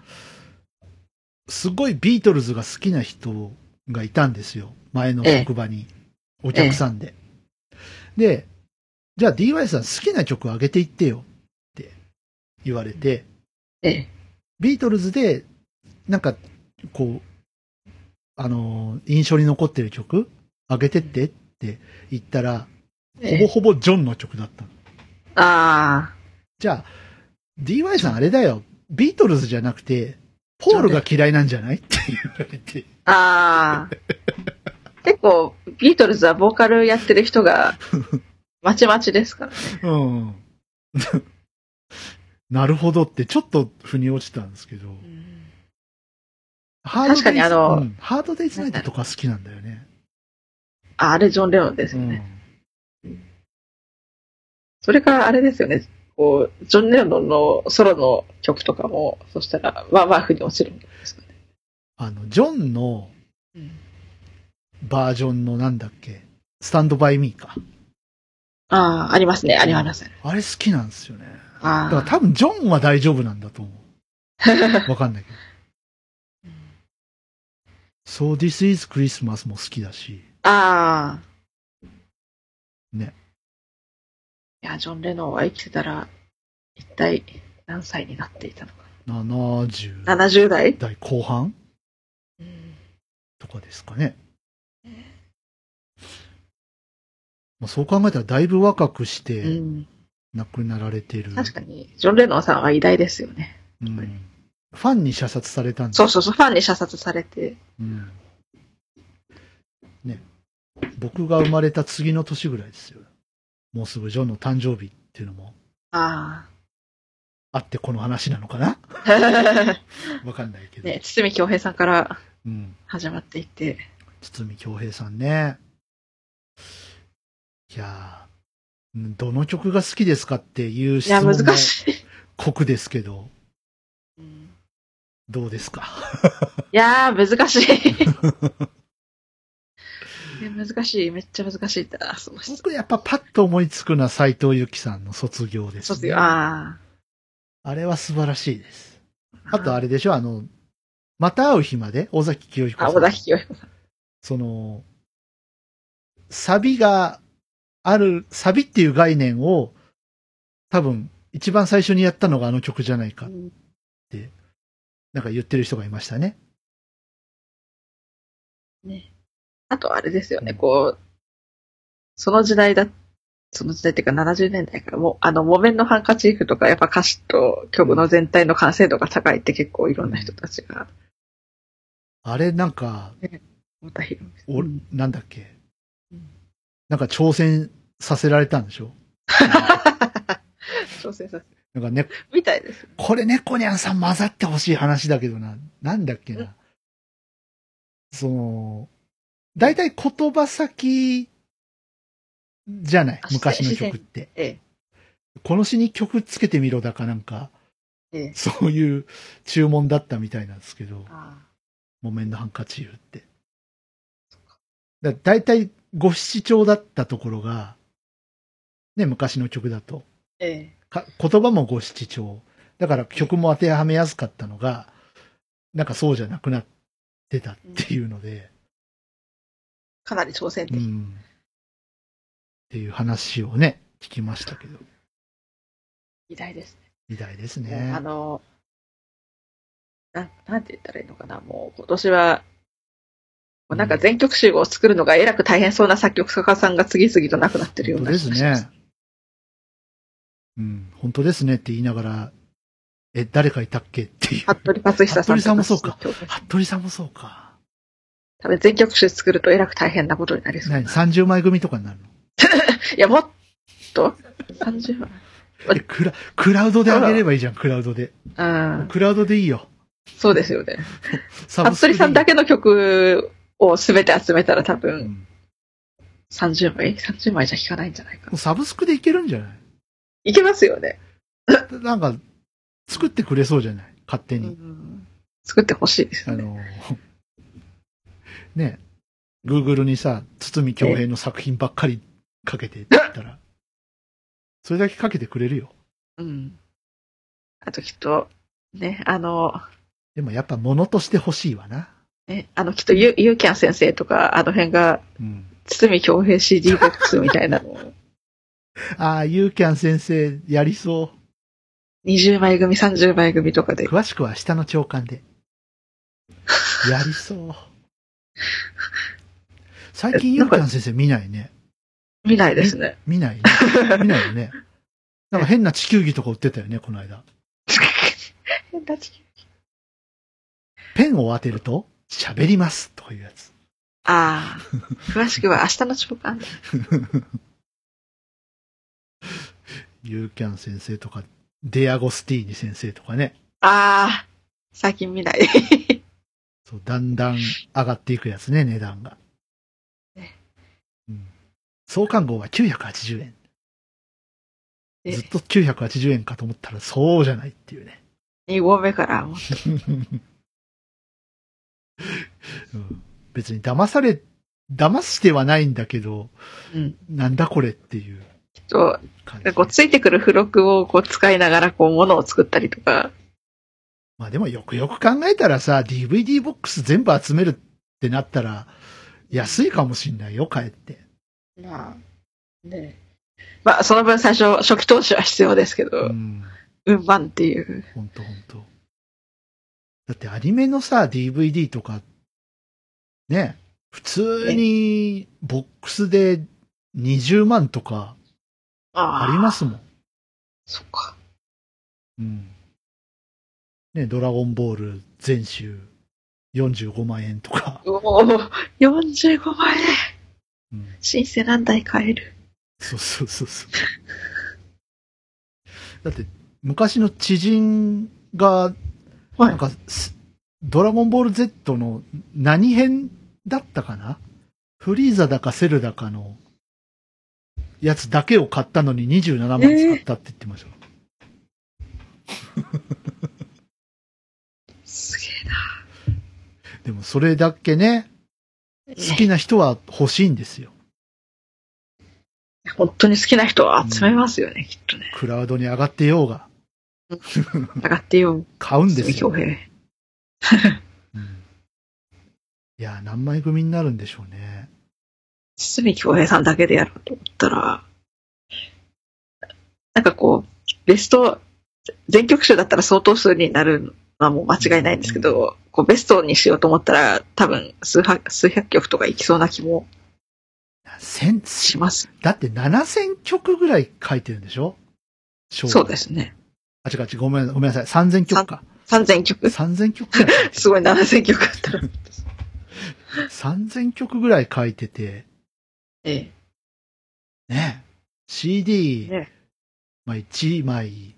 Speaker 1: すごいビートルズが好きな人がいたんですよ。前の職場に。お客さんで。で、じゃあ DY さん好きな曲上げていってよって言われて、
Speaker 2: ええ。
Speaker 1: ビートルズで、なんか、こう、あのー印象に残ってる曲上げてってって言ったら、
Speaker 2: え
Speaker 1: ほぼ
Speaker 2: え。
Speaker 1: ほぼジョンの曲だったの。
Speaker 2: ああ、
Speaker 1: じゃあ、DY さんあれだよ。ビートルズじゃなくて、ポールが嫌いなんじゃないって言われて。
Speaker 2: あ
Speaker 1: [LAUGHS]
Speaker 2: あ。結構、ビートルズはボーカルやってる人が、まちまちですからね。
Speaker 1: うん。 [LAUGHS] なるほどって、ちょっと腑に落ちたんですけど。ハードデイズ
Speaker 2: 確かにあの
Speaker 1: うんハードデイズナイトとか好きなんだよね。
Speaker 2: あ、あれジョン・レノンです
Speaker 1: う
Speaker 2: よね。
Speaker 1: ん。
Speaker 2: それからあれですよね。こう、ジョン・レノンのソロの曲とかも、そしたら、まあまあ、腑に落ちるんですよね。
Speaker 1: あの、ジョンの
Speaker 2: うん
Speaker 1: バージョンのなんだっけ、スタンドバイミーか。
Speaker 2: ああ、ありますね。ありますね。
Speaker 1: あれ好きなんですよね。だから
Speaker 2: あ
Speaker 1: 多分ジョンは大丈夫なんだと思う。
Speaker 2: [LAUGHS]
Speaker 1: わかんないけど。そう、This is Christmas も好きだし。
Speaker 2: あ。ああ。
Speaker 1: ね。
Speaker 2: いや、ジョン・レノンは生きてたら、一体何歳になっていたのか。
Speaker 1: 70
Speaker 2: 70代
Speaker 1: 代後半
Speaker 2: うん。
Speaker 1: とかですかね。まあ、そう考えたらだいぶ若くして亡くなられてる。
Speaker 2: 確かに、ジョン・レノンさんは偉大ですよね。
Speaker 1: うん
Speaker 2: はい
Speaker 1: ファンに射殺されたんです
Speaker 2: そうそうそう、ファンに射殺されて。
Speaker 1: うんね、僕が生まれた次の年ぐらいですよ。もうすぐジョンの誕生日っていうのも
Speaker 2: あ
Speaker 1: あってこの話なのかな [LAUGHS]
Speaker 2: あ。
Speaker 1: わかんないけど。
Speaker 2: ね、堤京平さんから
Speaker 1: うん。
Speaker 2: 始まっていて。
Speaker 1: 堤京平さんね。いやーうんどの曲が好きですかっていう
Speaker 2: い
Speaker 1: 質
Speaker 2: や、
Speaker 1: 問も
Speaker 2: 難しい。
Speaker 1: 酷ですけど、
Speaker 2: うん
Speaker 1: どうですか
Speaker 2: いやー、難し
Speaker 1: [LAUGHS]
Speaker 2: い。いや難しい。めっちゃ難しいんだ。その質
Speaker 1: 僕やっぱパッと思いつくのは斎藤由貴さんの卒業です、ね。
Speaker 2: 卒業。あ
Speaker 1: あれは素晴らしいです。
Speaker 2: あ。
Speaker 1: あとあれでしょ、あの、また会う日まで、尾崎清彦
Speaker 2: あ、
Speaker 1: さん。
Speaker 2: 小田引きさん。
Speaker 1: その、サビがある、サビっていう概念を、多分、一番最初にやったのがあの曲じゃないか、なんか言ってる人がいましたね。
Speaker 2: あとあれですよね、
Speaker 1: うん
Speaker 2: こう、その時代だ、その時代っていうか70年代からもう、あの、木綿のハンカチーフとか、やっぱ歌詞と曲の全体の完成度が高いって結構いろんな人たちが、
Speaker 1: あれ、なんか、
Speaker 2: また [LAUGHS] 広めて
Speaker 1: お
Speaker 2: うん
Speaker 1: なんだっけ
Speaker 2: うん。
Speaker 1: なんか挑戦させられたんでしょ
Speaker 2: 挑戦させ
Speaker 1: なんかね、
Speaker 2: みたいです。
Speaker 1: これ猫ニャンさん混ざってほしい話だけどな、なんだっけな。その、大体言葉先じゃない
Speaker 2: あ
Speaker 1: 昔の曲って。
Speaker 2: え
Speaker 1: この詩に曲つけてみろだかなんか、
Speaker 2: え、ええ。
Speaker 1: そういう注文だったみたいなんですけど、
Speaker 2: あ
Speaker 1: 木綿のハンカチーフって。だ大体五七調だったところが、ね、昔の曲だと。
Speaker 2: ええ。
Speaker 1: か言葉も五七調。だから曲も当てはめやすかったのが、なんかそうじゃなくなってたっていうので、
Speaker 2: かなり挑戦
Speaker 1: う
Speaker 2: 的。
Speaker 1: ん。っていう話をね、聞きましたけど、
Speaker 2: 偉大です
Speaker 1: 偉大です
Speaker 2: ね。
Speaker 1: ね
Speaker 2: あ。の、なん、なんて言ったらいいのかな、もう今年は、もうなんか全曲集を作るのがえらく大変そうな作曲家さんが次々となくなってるよう
Speaker 1: 本
Speaker 2: な
Speaker 1: 当ですね。うん、本当ですねって言いながら、え、誰かいたっけっていう。
Speaker 2: 服部克久さんと。
Speaker 1: 服部さんもそうか
Speaker 2: 多
Speaker 1: 服部さんもそうか。
Speaker 2: 分全曲集作るとえらく大変なことになりそう。
Speaker 1: 何 ?30 枚組とかになるの
Speaker 2: いや、もっと ?30 万。
Speaker 1: えクラ、クラウドで上げればいいじゃん、クラウドで。
Speaker 2: うん。
Speaker 1: クラウドでいいよ。
Speaker 2: そうですよね。
Speaker 1: サブスクで
Speaker 2: 服部
Speaker 1: いい
Speaker 2: さんだけの曲を全て集めたら多
Speaker 1: う
Speaker 2: 分
Speaker 1: ん
Speaker 2: 30枚 ?30 枚じゃ弾かないんじゃないか
Speaker 1: もう。サブスクでいけるんじゃない
Speaker 2: いけますよね。
Speaker 1: なんか、作ってくれそうじゃない勝手に。
Speaker 2: うん作ってほしいです
Speaker 1: あ
Speaker 2: よね。
Speaker 1: の、ね、Google
Speaker 2: [LAUGHS]
Speaker 1: にさ、堤京平の作品ばっかりかけてって言ったら、それだけかけてくれるよ。
Speaker 2: うん。あときっと、ね、あの、
Speaker 1: でもやっぱ物として欲しいわな。
Speaker 2: ね、あの、きっとゆ、ゆうきゃん先生とか、あの辺が、
Speaker 1: うん。
Speaker 2: 堤京平 CD ボックスみたいなの
Speaker 1: [LAUGHS]
Speaker 2: を、
Speaker 1: ああ、ユーキャン先生、やりそ
Speaker 2: 20枚組、30枚組とか
Speaker 1: う。
Speaker 2: で、
Speaker 1: 詳しくは下の長官で。やりそう。最近ユーキャン先生見ないね。
Speaker 2: 見ないですね。
Speaker 1: 見ないね。見ないよね。なんか変な地球儀とか売ってたよね、この間。
Speaker 2: 変な地球
Speaker 1: ペンを当てると、喋りますとかいうやつ。
Speaker 2: ああ、詳しくは明日の朝刊。
Speaker 1: ユーキャン先生とか、デアゴスティーニ先生とかね。
Speaker 2: ああ、最近見 [LAUGHS] ない。
Speaker 1: そう、だんだん上がっていくやつね、値段が。うん、創刊号は980円。
Speaker 2: え
Speaker 1: ずっと980円かと思ったらそうじゃないっていうね。 [LAUGHS]
Speaker 2: 2合目からもう、
Speaker 1: うん、別に騙され、騙してはないんだけど、
Speaker 2: うん、
Speaker 1: なんだこれっていう
Speaker 2: きっと、
Speaker 1: 感じ、
Speaker 2: こう、ついてくる付録をこう、使いながら、こう、物を作ったりとか、
Speaker 1: まあでもよくよく考えたらさ、DVD ボックス全部集めるってなったら、安いかもしんないよ、かえって。
Speaker 2: まあ、ね。まあ、その分最初、初期投資は必要ですけ
Speaker 1: う
Speaker 2: ど、
Speaker 1: ん。
Speaker 2: 運搬っていう。
Speaker 1: ほんとほんと。だってアニメのさ、DVD とか、ね、普通にボックスで20万とかあ
Speaker 2: あ
Speaker 1: りますもん。
Speaker 2: す。そっか。
Speaker 1: うん。ね、ドラゴンボール全集45万円とか。
Speaker 2: おお、45万円。
Speaker 1: うん。
Speaker 2: 新生何台買える。
Speaker 1: そうそうそうそう。だって、昔の知人が、
Speaker 2: はい
Speaker 1: なんか、すドラゴンボール Z の何編だったかなフリーザだかセルだかのやつだけを買ったのに27万使ったって言ってました。
Speaker 2: すげえな。
Speaker 1: でもそれだけね、好きな人は欲しいんですよ。
Speaker 2: 本当に好きな人は集めますよね、きっとね。
Speaker 1: クラウドに上がってようが、
Speaker 2: 上がってよ、
Speaker 1: 買うんです
Speaker 2: 強
Speaker 1: よ。
Speaker 2: 兵。
Speaker 1: うんいや、何枚組になるんでしょうね。
Speaker 2: 堤京平さんだけでやろうと思ったら、なんかこう、ベスト、全曲集だったら相当数になるのはもう間違いないんですけど、こうベストにしようと思ったら、多分数百数百曲とかいきそうな気も
Speaker 1: 千、
Speaker 2: します。
Speaker 1: だって7000曲ぐらい書いてるんでしょ。
Speaker 2: そうですすね。
Speaker 1: あ、違う違う、ごめんごめんなさい。3000曲か。
Speaker 2: 3000曲。
Speaker 1: 3000曲ぐらい。
Speaker 2: すごい7000曲あったら。
Speaker 1: [LAUGHS] 3000曲ぐらい書いてて、
Speaker 2: ええ。
Speaker 1: ね。CD、
Speaker 2: ね
Speaker 1: まあ1枚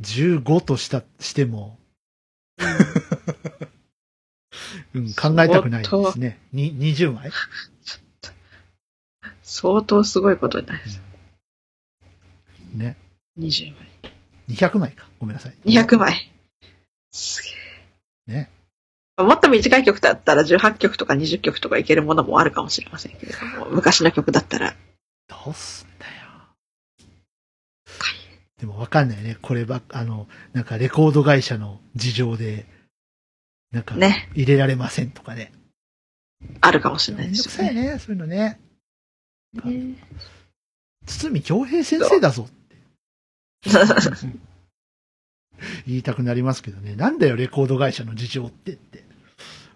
Speaker 1: 15とした、しても、うん、考えたくないですね。に20枚
Speaker 2: 相当すごいことになります。
Speaker 1: ね。
Speaker 2: 20枚。
Speaker 1: 200枚か。ごめんなさい。
Speaker 2: 200枚。すげえ。
Speaker 1: ね。
Speaker 2: もっと短い曲だったら18曲とか20曲とかいけるものもあるかもしれませんけれども、昔の曲だったら。
Speaker 1: どうすんだよ。でもわかんないね。こればっ、あの、なんかレコード会社の事情で、なんか、
Speaker 2: ね。
Speaker 1: 入れられませんとかね。
Speaker 2: あるかもしれな
Speaker 1: め
Speaker 2: い
Speaker 1: ん
Speaker 2: で
Speaker 1: どく
Speaker 2: す
Speaker 1: さ
Speaker 2: よ
Speaker 1: い
Speaker 2: ね。
Speaker 1: ね、そういうのね。
Speaker 2: ね
Speaker 1: 堤京平先生だぞ。 [LAUGHS] 言いたくなりますけどね。なんだよ、レコード会社の事情ってって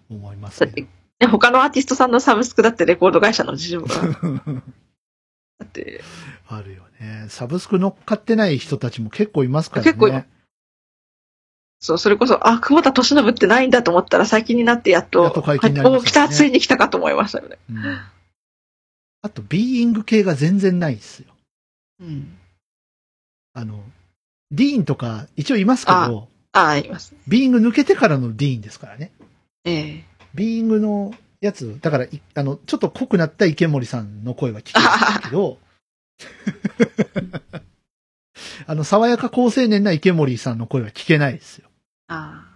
Speaker 1: 思います
Speaker 2: だっ
Speaker 1: け
Speaker 2: て
Speaker 1: ど。、
Speaker 2: ね他のアーティストさんのサブスクだってレコード会社の事情が。
Speaker 1: [LAUGHS]
Speaker 2: [LAUGHS] だって、
Speaker 1: あるよね。サブスク乗っかってない人たちも結構いますからね。
Speaker 2: 結構いまそう、それこそ、あ、久保田利信ってないんだと思ったら最近になってやっと、
Speaker 1: やっと解禁になり
Speaker 2: お
Speaker 1: ま
Speaker 2: お、
Speaker 1: し
Speaker 2: 来
Speaker 1: たね
Speaker 2: た、ついに来たかと思いましたよね。
Speaker 1: うんあと、ビーイング系が全然ないですよ。
Speaker 2: うん。
Speaker 1: あの、ディーンとか一応いますけど、
Speaker 2: ああ、いますね。
Speaker 1: ビーイング抜けてからのディーンですからね。
Speaker 2: ええ。
Speaker 1: ビーイングのやつ、だからい、あの、ちょっと濃くなった池森さんの声は聞けますけ
Speaker 2: [LAUGHS]
Speaker 1: ど、あの、爽やか高青年な池森さんの声は聞けないですよ。
Speaker 2: あ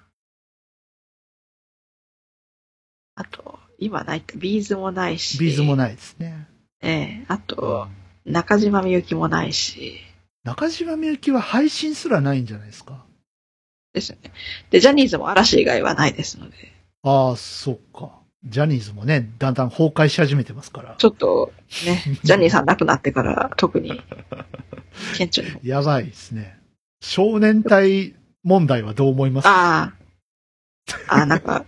Speaker 2: あ。あと、今ないって、ビーズもないし。
Speaker 1: ビーズも
Speaker 2: ない。
Speaker 1: ないですね。
Speaker 2: ええあと、中島みゆきもないし。
Speaker 1: 中島みゆきは配信すらないんじゃないですか。
Speaker 2: ですよね。で、ジャニーズも嵐以外はないですので、
Speaker 1: ああ、そっか。ジャニーズもね、だんだん崩壊し始めてますから。
Speaker 2: ちょっとね、ジャニーさん亡くなってから特に、顕著に。
Speaker 1: やばいですね。少年隊問題はどう思いますか
Speaker 2: ああ、ああ、なんか、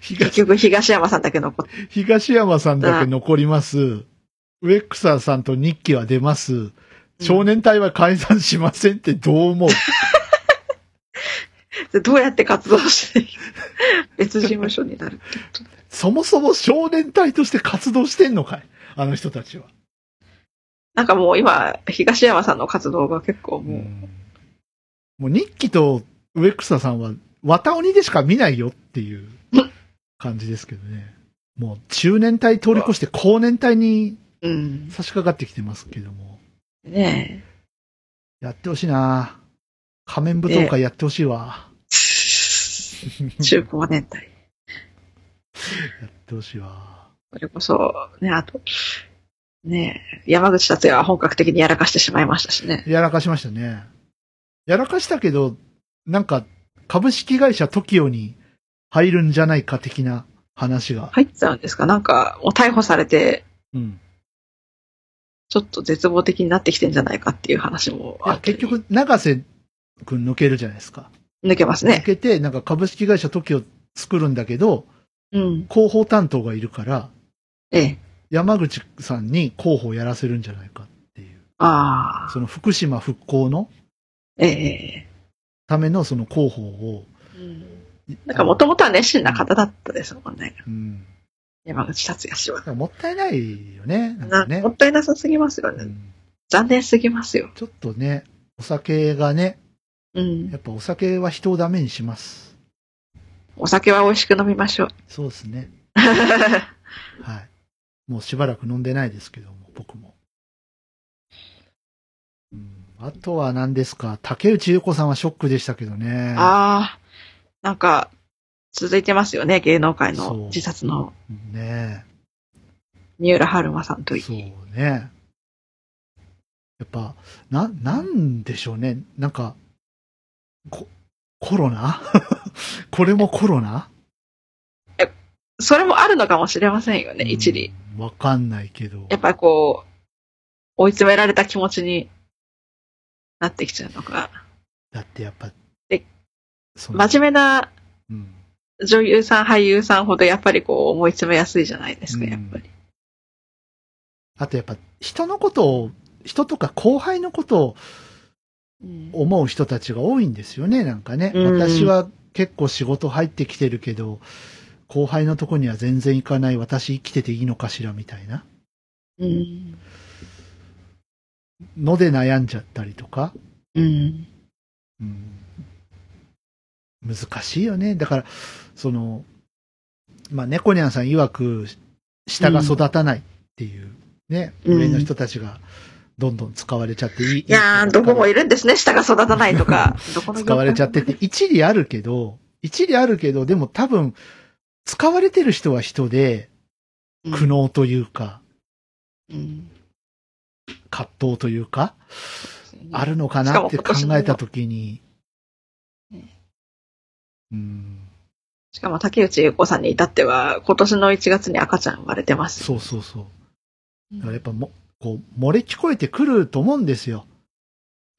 Speaker 2: 結
Speaker 1: 東
Speaker 2: 局東山さんだけ残って、
Speaker 1: 東山さんだけ残ります。ウェックサーさんと日記は出ます。少年隊は解散しませんってどう思う、
Speaker 2: でどうやって活動して、別事務所になるってこと。
Speaker 1: そもそも少年隊として活動してんのかいあの人たちは。
Speaker 2: なんかもう今、東山さんの活動が結構もう、
Speaker 1: もう日記とウェクサさんは、綿鬼でしか見ないよっていう感じですけどね。もう中年体通り越して高年体に
Speaker 2: うん、
Speaker 1: 差し掛かってきてますけども。
Speaker 2: ね
Speaker 1: やってほしいな仮面舞踏会やってほしいわ。
Speaker 2: え、中高年代。
Speaker 1: やってほしいわ。
Speaker 2: それこそ、ね、あと、ねえ、山口達也は本格的にやらかしてしまいましたしね。
Speaker 1: やらかしましたね。やらかしたけど、なんか株式会社 TOKIO に入るんじゃないか的な話が。
Speaker 2: 入っちゃうんですかなんか、もう逮捕されて、
Speaker 1: うん。
Speaker 2: ちょっと絶望的になってきてんじゃないかっていう話も
Speaker 1: い
Speaker 2: あ
Speaker 1: や
Speaker 2: って
Speaker 1: 結、局、永瀬くん抜けるじゃないですか。
Speaker 2: 抜けます
Speaker 1: 抜
Speaker 2: ね。
Speaker 1: けて、なんか株式会社 TOKIO 作るんだけど、
Speaker 2: うん。
Speaker 1: 広報担当がいるから、
Speaker 2: ええ。
Speaker 1: 山口さんに広報やらせるんじゃないかっていう。
Speaker 2: ああ。
Speaker 1: その福島復興の
Speaker 2: ええ。
Speaker 1: ためのその広報を。
Speaker 2: うんなんかもともとは熱心な方だったですもんね。
Speaker 1: うん。
Speaker 2: 山口達也氏は
Speaker 1: だ。からもったいないよね。なん
Speaker 2: な
Speaker 1: かね
Speaker 2: も。ったいなさすぎますよ
Speaker 1: う
Speaker 2: ね。
Speaker 1: ん
Speaker 2: 残念すぎますよ。
Speaker 1: ちょっとね、お酒がね、
Speaker 2: うん
Speaker 1: や。っぱお酒は人をダメにします。
Speaker 2: お酒は美味しく飲みましょう。
Speaker 1: そうですね。はい。もうしばらく飲んでないですけども、僕も。うん、あとは何ですか竹内優子さんはショックでしたけどね。
Speaker 2: ああ。なんか、続いてますよね。芸能界
Speaker 1: そう
Speaker 2: の自殺の
Speaker 1: ね
Speaker 2: 三浦春馬さんと
Speaker 1: え。
Speaker 2: い
Speaker 1: そう
Speaker 2: い。
Speaker 1: ね。やっぱ、な、なんでしょうね。なんか、こ、コロナ [LAUGHS] これもコロナ
Speaker 2: それもあるのかもしれませんよね。一理。
Speaker 1: うんわかんないけど。
Speaker 2: やっぱりこう、追い詰められた気持ちになってきちゃうのか。
Speaker 1: だってやっぱ、
Speaker 2: え
Speaker 1: その、
Speaker 2: 真面目な
Speaker 1: うん
Speaker 2: 女優さん、俳優さんほどやっぱりこう思い詰めやすいじゃないですか、
Speaker 1: うん
Speaker 2: やっぱり。
Speaker 1: あとやっぱ、人のことを、人とか後輩のことを思う人たちが多いんですよね、なんかね。
Speaker 2: うん
Speaker 1: 私は結構仕事入ってきてるけど、後輩のとこには全然行かない私生きてていいのかしらみたいな
Speaker 2: うん。
Speaker 1: ので悩んじゃったりとか、
Speaker 2: うん。
Speaker 1: うん難しいよね。だから、その、まあ、猫ニャンさん曰く、下が育たないっていうね、
Speaker 2: うん
Speaker 1: 上の人たちがどんどん使われちゃっていい。
Speaker 2: いや
Speaker 1: いい
Speaker 2: ー、
Speaker 1: 人
Speaker 2: ど
Speaker 1: ばっか
Speaker 2: こ
Speaker 1: り
Speaker 2: もいるんですね、下が育たないと [LAUGHS] か。どこの業界も
Speaker 1: 使われちゃってて、一理あるけど、一理あるけど、でも多分、使われてる人は人で、
Speaker 2: うん
Speaker 1: 苦悩というか、
Speaker 2: うん
Speaker 1: 葛藤というか、あるのか
Speaker 2: しか
Speaker 1: な
Speaker 2: も
Speaker 1: って
Speaker 2: 今
Speaker 1: 考
Speaker 2: 年の
Speaker 1: えたときに
Speaker 2: ね、
Speaker 1: うん、
Speaker 2: しかも竹内優子さんに至っては、今年の1月に赤ちゃん生まれてます。
Speaker 1: そうそうそう。だからやっ
Speaker 2: う
Speaker 1: ぱも、こう、漏れ聞こえてくると思うんですよ。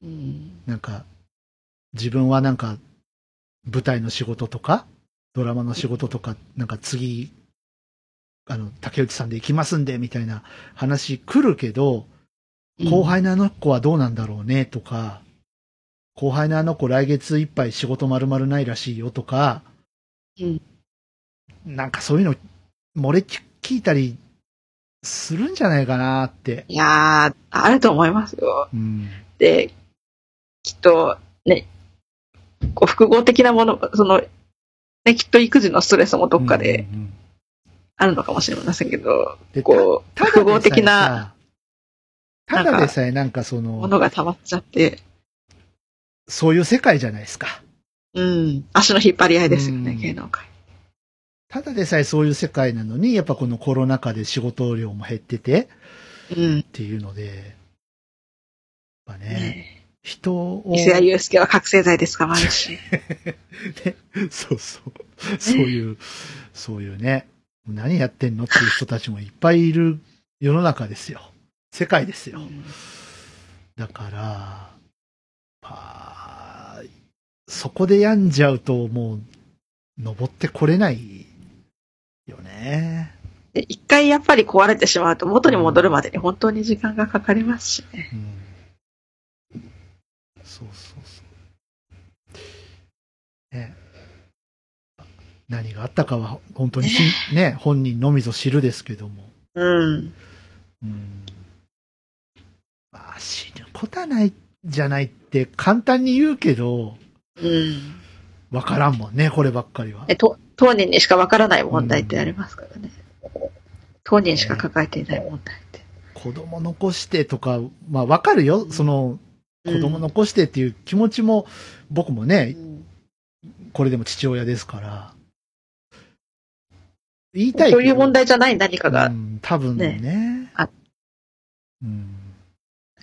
Speaker 2: ん。
Speaker 1: なんか、自分はなんか、舞台の仕事とか、ドラマの仕事とか、なんか次、あの、竹内さんで行きますんで、みたいな話来るけど、後輩のあの子はどうなんだろうね、とか、後輩のあの子来月いっぱい仕事丸々ないらしいよ、とか、
Speaker 2: うん
Speaker 1: なんかそういうの、漏れ聞いたりするんじゃないかなって。
Speaker 2: いやー、あると思いますよ。
Speaker 1: うん。
Speaker 2: で、きっと、ね、こう複合的なもの、その、ね、きっと育児のストレスもどっかで
Speaker 1: うんうんうん
Speaker 2: あるのかもしれませんけど、
Speaker 1: で
Speaker 2: こう、
Speaker 1: ただでさえ
Speaker 2: 複合的な
Speaker 1: さ。ただでさえなんかそ
Speaker 2: も
Speaker 1: の、
Speaker 2: のが溜まっちゃって、
Speaker 1: そういう世界じゃないですか。
Speaker 2: うん、足の引っ張り合いですよね、
Speaker 1: うん
Speaker 2: 芸能界。
Speaker 1: ただでさえそういう世界なのに、やっぱこのコロナ禍で仕事量も減ってて
Speaker 2: うん
Speaker 1: っ。ていうので、ぱね、人を
Speaker 2: 伊、勢谷友介は覚醒剤で捕まるし。
Speaker 1: そうそう。そういう、そういうね、何やってんのっていう人たちもいっぱいいる世の中ですよ。世界ですよ。だから、まあ、そこで病んじゃうともう、登ってこれないよね。
Speaker 2: で一回やっぱり壊れてしまうと元に戻るまでに本当に時間がかかりますしね。
Speaker 1: うん。そうそうそう。ね。何があったかは本当にし、ね、本人のみぞ知るですけども。
Speaker 2: うん。
Speaker 1: うんまあ、死ぬことはないじゃないって簡単に言うけど、
Speaker 2: うん。
Speaker 1: わからんもんね、こればっかりは。
Speaker 2: え、と、当人にしかわからない問題ってありますからね。当人しか抱えていない問題って。
Speaker 1: 子供残してとか、まあわかるよ。その、子供残してっていう気持ちも、僕も
Speaker 2: う
Speaker 1: ね、
Speaker 2: ん、
Speaker 1: これでも父親ですから。言いたいけど
Speaker 2: そういう問題じゃない何か
Speaker 1: う
Speaker 2: が、
Speaker 1: ん、多分ね。
Speaker 2: あ
Speaker 1: うん。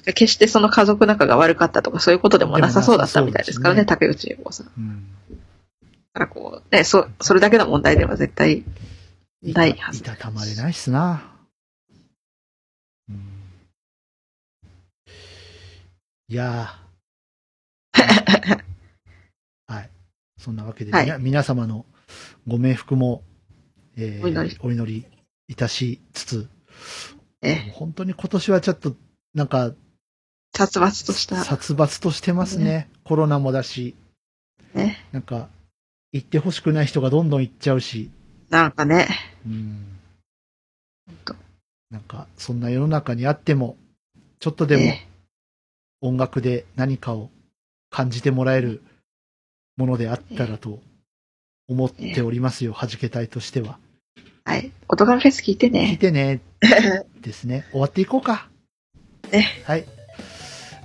Speaker 2: 決してその家族仲が悪かったとかそういうことでもなさそうだったみたいですから
Speaker 1: で
Speaker 2: ね、
Speaker 1: も
Speaker 2: 竹内英子さん。だ
Speaker 1: うん。
Speaker 2: からこう、ね、そ、それだけの問題では絶対、
Speaker 1: いた
Speaker 2: ない
Speaker 1: い
Speaker 2: はず
Speaker 1: たたまれないっすな。うん、い
Speaker 2: [LAUGHS]
Speaker 1: やーはい。そんなわけで、
Speaker 2: はい
Speaker 1: みな皆様のご冥福も、えー
Speaker 2: お祈り
Speaker 1: お祈りいたしつつ、
Speaker 2: え、
Speaker 1: 本当に今年はちょっと、なんか、
Speaker 2: 殺伐とした、
Speaker 1: 殺伐としてますね。コロナもだし、
Speaker 2: ね、
Speaker 1: なんか、行ってほしくない人がどんどん行っちゃうし、
Speaker 2: なんかね、
Speaker 1: うん
Speaker 2: 当
Speaker 1: なんか、そんな世の中にあっても、ちょっとでも
Speaker 2: え
Speaker 1: 音楽で何かを感じてもらえるものであったらと思っておりますよ、弾け隊としては。
Speaker 2: はい。音楽フェス聞いて
Speaker 1: 聞い
Speaker 2: ね。
Speaker 1: てね、ですね。終わっていこうか。
Speaker 2: ね
Speaker 1: はい。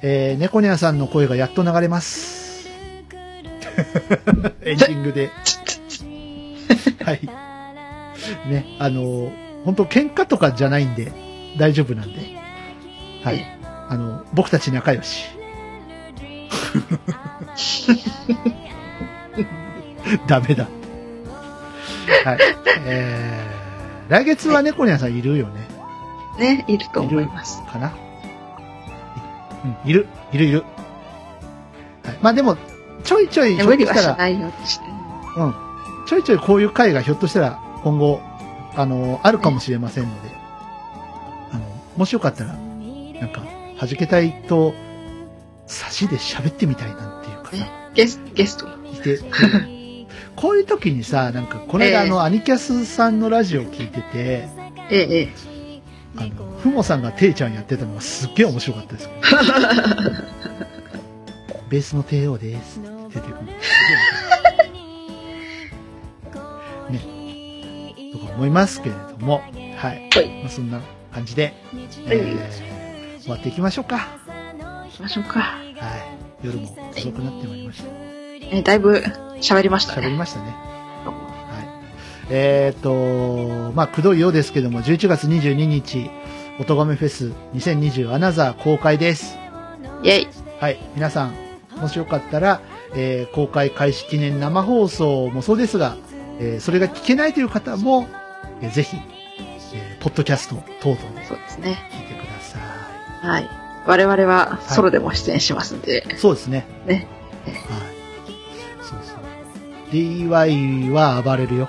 Speaker 1: えー、猫ニャンさんの声がやっと流れます。エンディングで。はい。ね、あの、本当喧嘩とかじゃないんで、大丈夫なんで。はい。あの、僕たち仲良し。ダメだ。はい。えー、来月は猫ニャンさんいるよね。
Speaker 2: ね、いると思います。
Speaker 1: かな。いうん、いる、いるいる。はい、まあでも、ちょいちょい、ひ
Speaker 2: ね
Speaker 1: ょっ
Speaker 2: 無
Speaker 1: と
Speaker 2: 理
Speaker 1: し
Speaker 2: は
Speaker 1: た
Speaker 2: し
Speaker 1: ら、
Speaker 2: ないようにして。
Speaker 1: うん、ちょいちょいこういう回がひょっとしたら今後、あの、あるかもしれませんので、あの、もしよかったら、なんか、弾けたいと、差しで喋ってみたいなっていうかさ、
Speaker 2: ゲスゲスト。
Speaker 1: いて、
Speaker 2: [LAUGHS]
Speaker 1: こういう時にさ、なんか、この間、あの、アニキャスさんのラジオ聞いてて、
Speaker 2: ええ、ええ。
Speaker 1: あの、ふもさんがていちゃんやってたのがすっげえ面白かったです。ベースの帝王です。出てくる。ね。とか思いますけれども、はい。
Speaker 2: はい
Speaker 1: まあ、そんな感じで、えー終わっていきましょうか。は
Speaker 2: 行きましょうか。
Speaker 1: い。夜も遅くなってまいりまし。
Speaker 2: えだいぶ喋りましたた
Speaker 1: 喋り
Speaker 2: ね。
Speaker 1: ましたね。はい。えっ、ー、と、まあ、くどいようですけども、11月22日、おとがめフェス2020アナザー公開です。
Speaker 2: イェイ。
Speaker 1: はい、皆さん、もしよかったら、えー公開開始記念生放送もそうですが、えーそれが聞けないという方も、えーぜひ、えーポッドキャスト等々で
Speaker 2: そうですね。
Speaker 1: 聞いてくださ
Speaker 2: はい。我々はソロでも出演しますんで。
Speaker 1: い。そうですね。
Speaker 2: ね。
Speaker 1: はい。そうそう。DY は暴れるよ。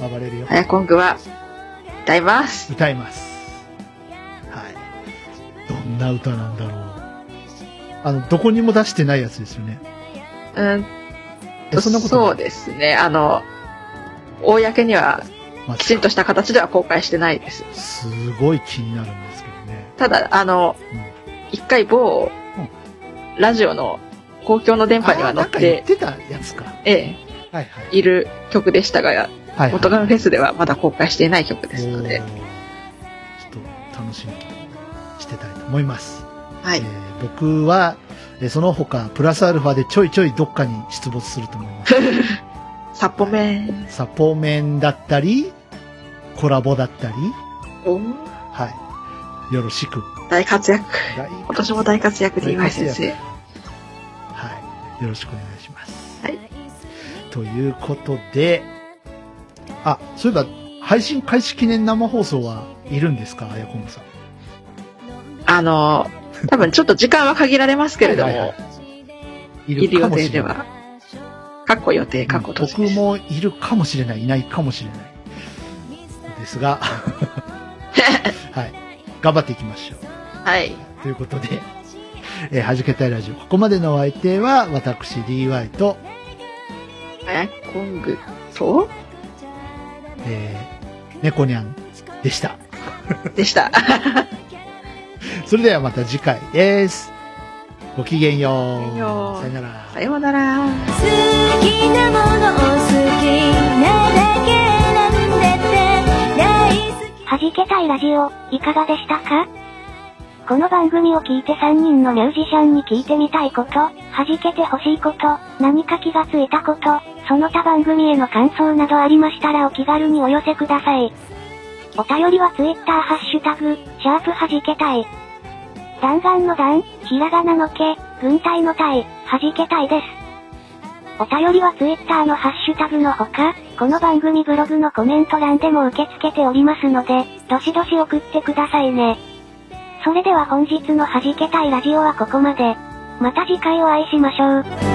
Speaker 1: 暴れるよ
Speaker 2: ア。ヤコングは歌います。
Speaker 1: 歌います。はい。どんな歌なんだろう。あの、どこにも出してないやつですよね。
Speaker 2: うん
Speaker 1: えそんなことない
Speaker 2: そうですね。あの、公には
Speaker 1: まあ
Speaker 2: きちんとした形では公開してないです。
Speaker 1: すごい気になるんですけどね。
Speaker 2: ただ、あの
Speaker 1: うん、
Speaker 2: 一回某
Speaker 1: うん、
Speaker 2: ラジオの公共の電波には乗っ
Speaker 1: あーなんか、
Speaker 2: て
Speaker 1: 言ってたやつか。
Speaker 2: え
Speaker 1: はいはい。
Speaker 2: え、いる曲でしたが、
Speaker 1: はい、
Speaker 2: 元ガンフェスではまだ公開していない曲ですの
Speaker 1: お
Speaker 2: で
Speaker 1: ー。ちょっと楽しみにしてたいと思います。
Speaker 2: はい
Speaker 1: え。ー僕は、えーその他、プラスアルファでちょいちょいどっかに出没すると思い
Speaker 2: [LAUGHS]
Speaker 1: ます。
Speaker 2: サポメン。
Speaker 1: サポメンだったり、コラボだったり、
Speaker 2: おー
Speaker 1: はい。よろしく。
Speaker 2: [LAUGHS] 大活躍。
Speaker 1: 大
Speaker 2: 今年も大活躍で今井先生。
Speaker 1: はい。よろしくお願いします。
Speaker 2: はい
Speaker 1: ということで、あ、そういえば、配信開始記念生放送はいるんですかあやこむさん。
Speaker 2: あの、多分ちょっと時間は限られますけれど
Speaker 1: はいは
Speaker 2: も、
Speaker 1: い
Speaker 2: いる予定で
Speaker 1: ない。
Speaker 2: は。過去予定、過去と
Speaker 1: 僕もいるかもしれない、いないかもしれない。です
Speaker 2: [LAUGHS]
Speaker 1: が、はい。頑張っていきましょう。
Speaker 2: はい。
Speaker 1: ということで、えー、はじけたいラジオ、ここまでのお相手は、私 DY と、
Speaker 2: あやこんぐと
Speaker 1: えー、猫にゃんでした。
Speaker 2: でした。 [LAUGHS]
Speaker 1: それではまた次回です。ごきげんよ
Speaker 2: ごきげ
Speaker 1: う。
Speaker 2: んよう
Speaker 1: さよなら。
Speaker 2: さようなら。
Speaker 5: 好きなものを好きなだけなんだって大好き
Speaker 6: はじけたいラジオ、いかがでしたかこの番組を聞いて3人のミュージシャンに聞いてみたいこと、はじけてほしいこと、何か気がついたこと、その他番組への感想などありましたらお気軽にお寄せください。お便りは Twitter ハッシュタグ、シャープはじけたい。弾丸の弾、ひらがなのけ、軍隊の隊、はじけたいです。お便りは Twitter のハッシュタグのほか、この番組ブログのコメント欄でも受け付けておりますので、どしどし送ってくださいね。それでは本日の弾けたいラジオはここまで。また次回お会いしましょう。
Speaker 5: 「君の声を好き」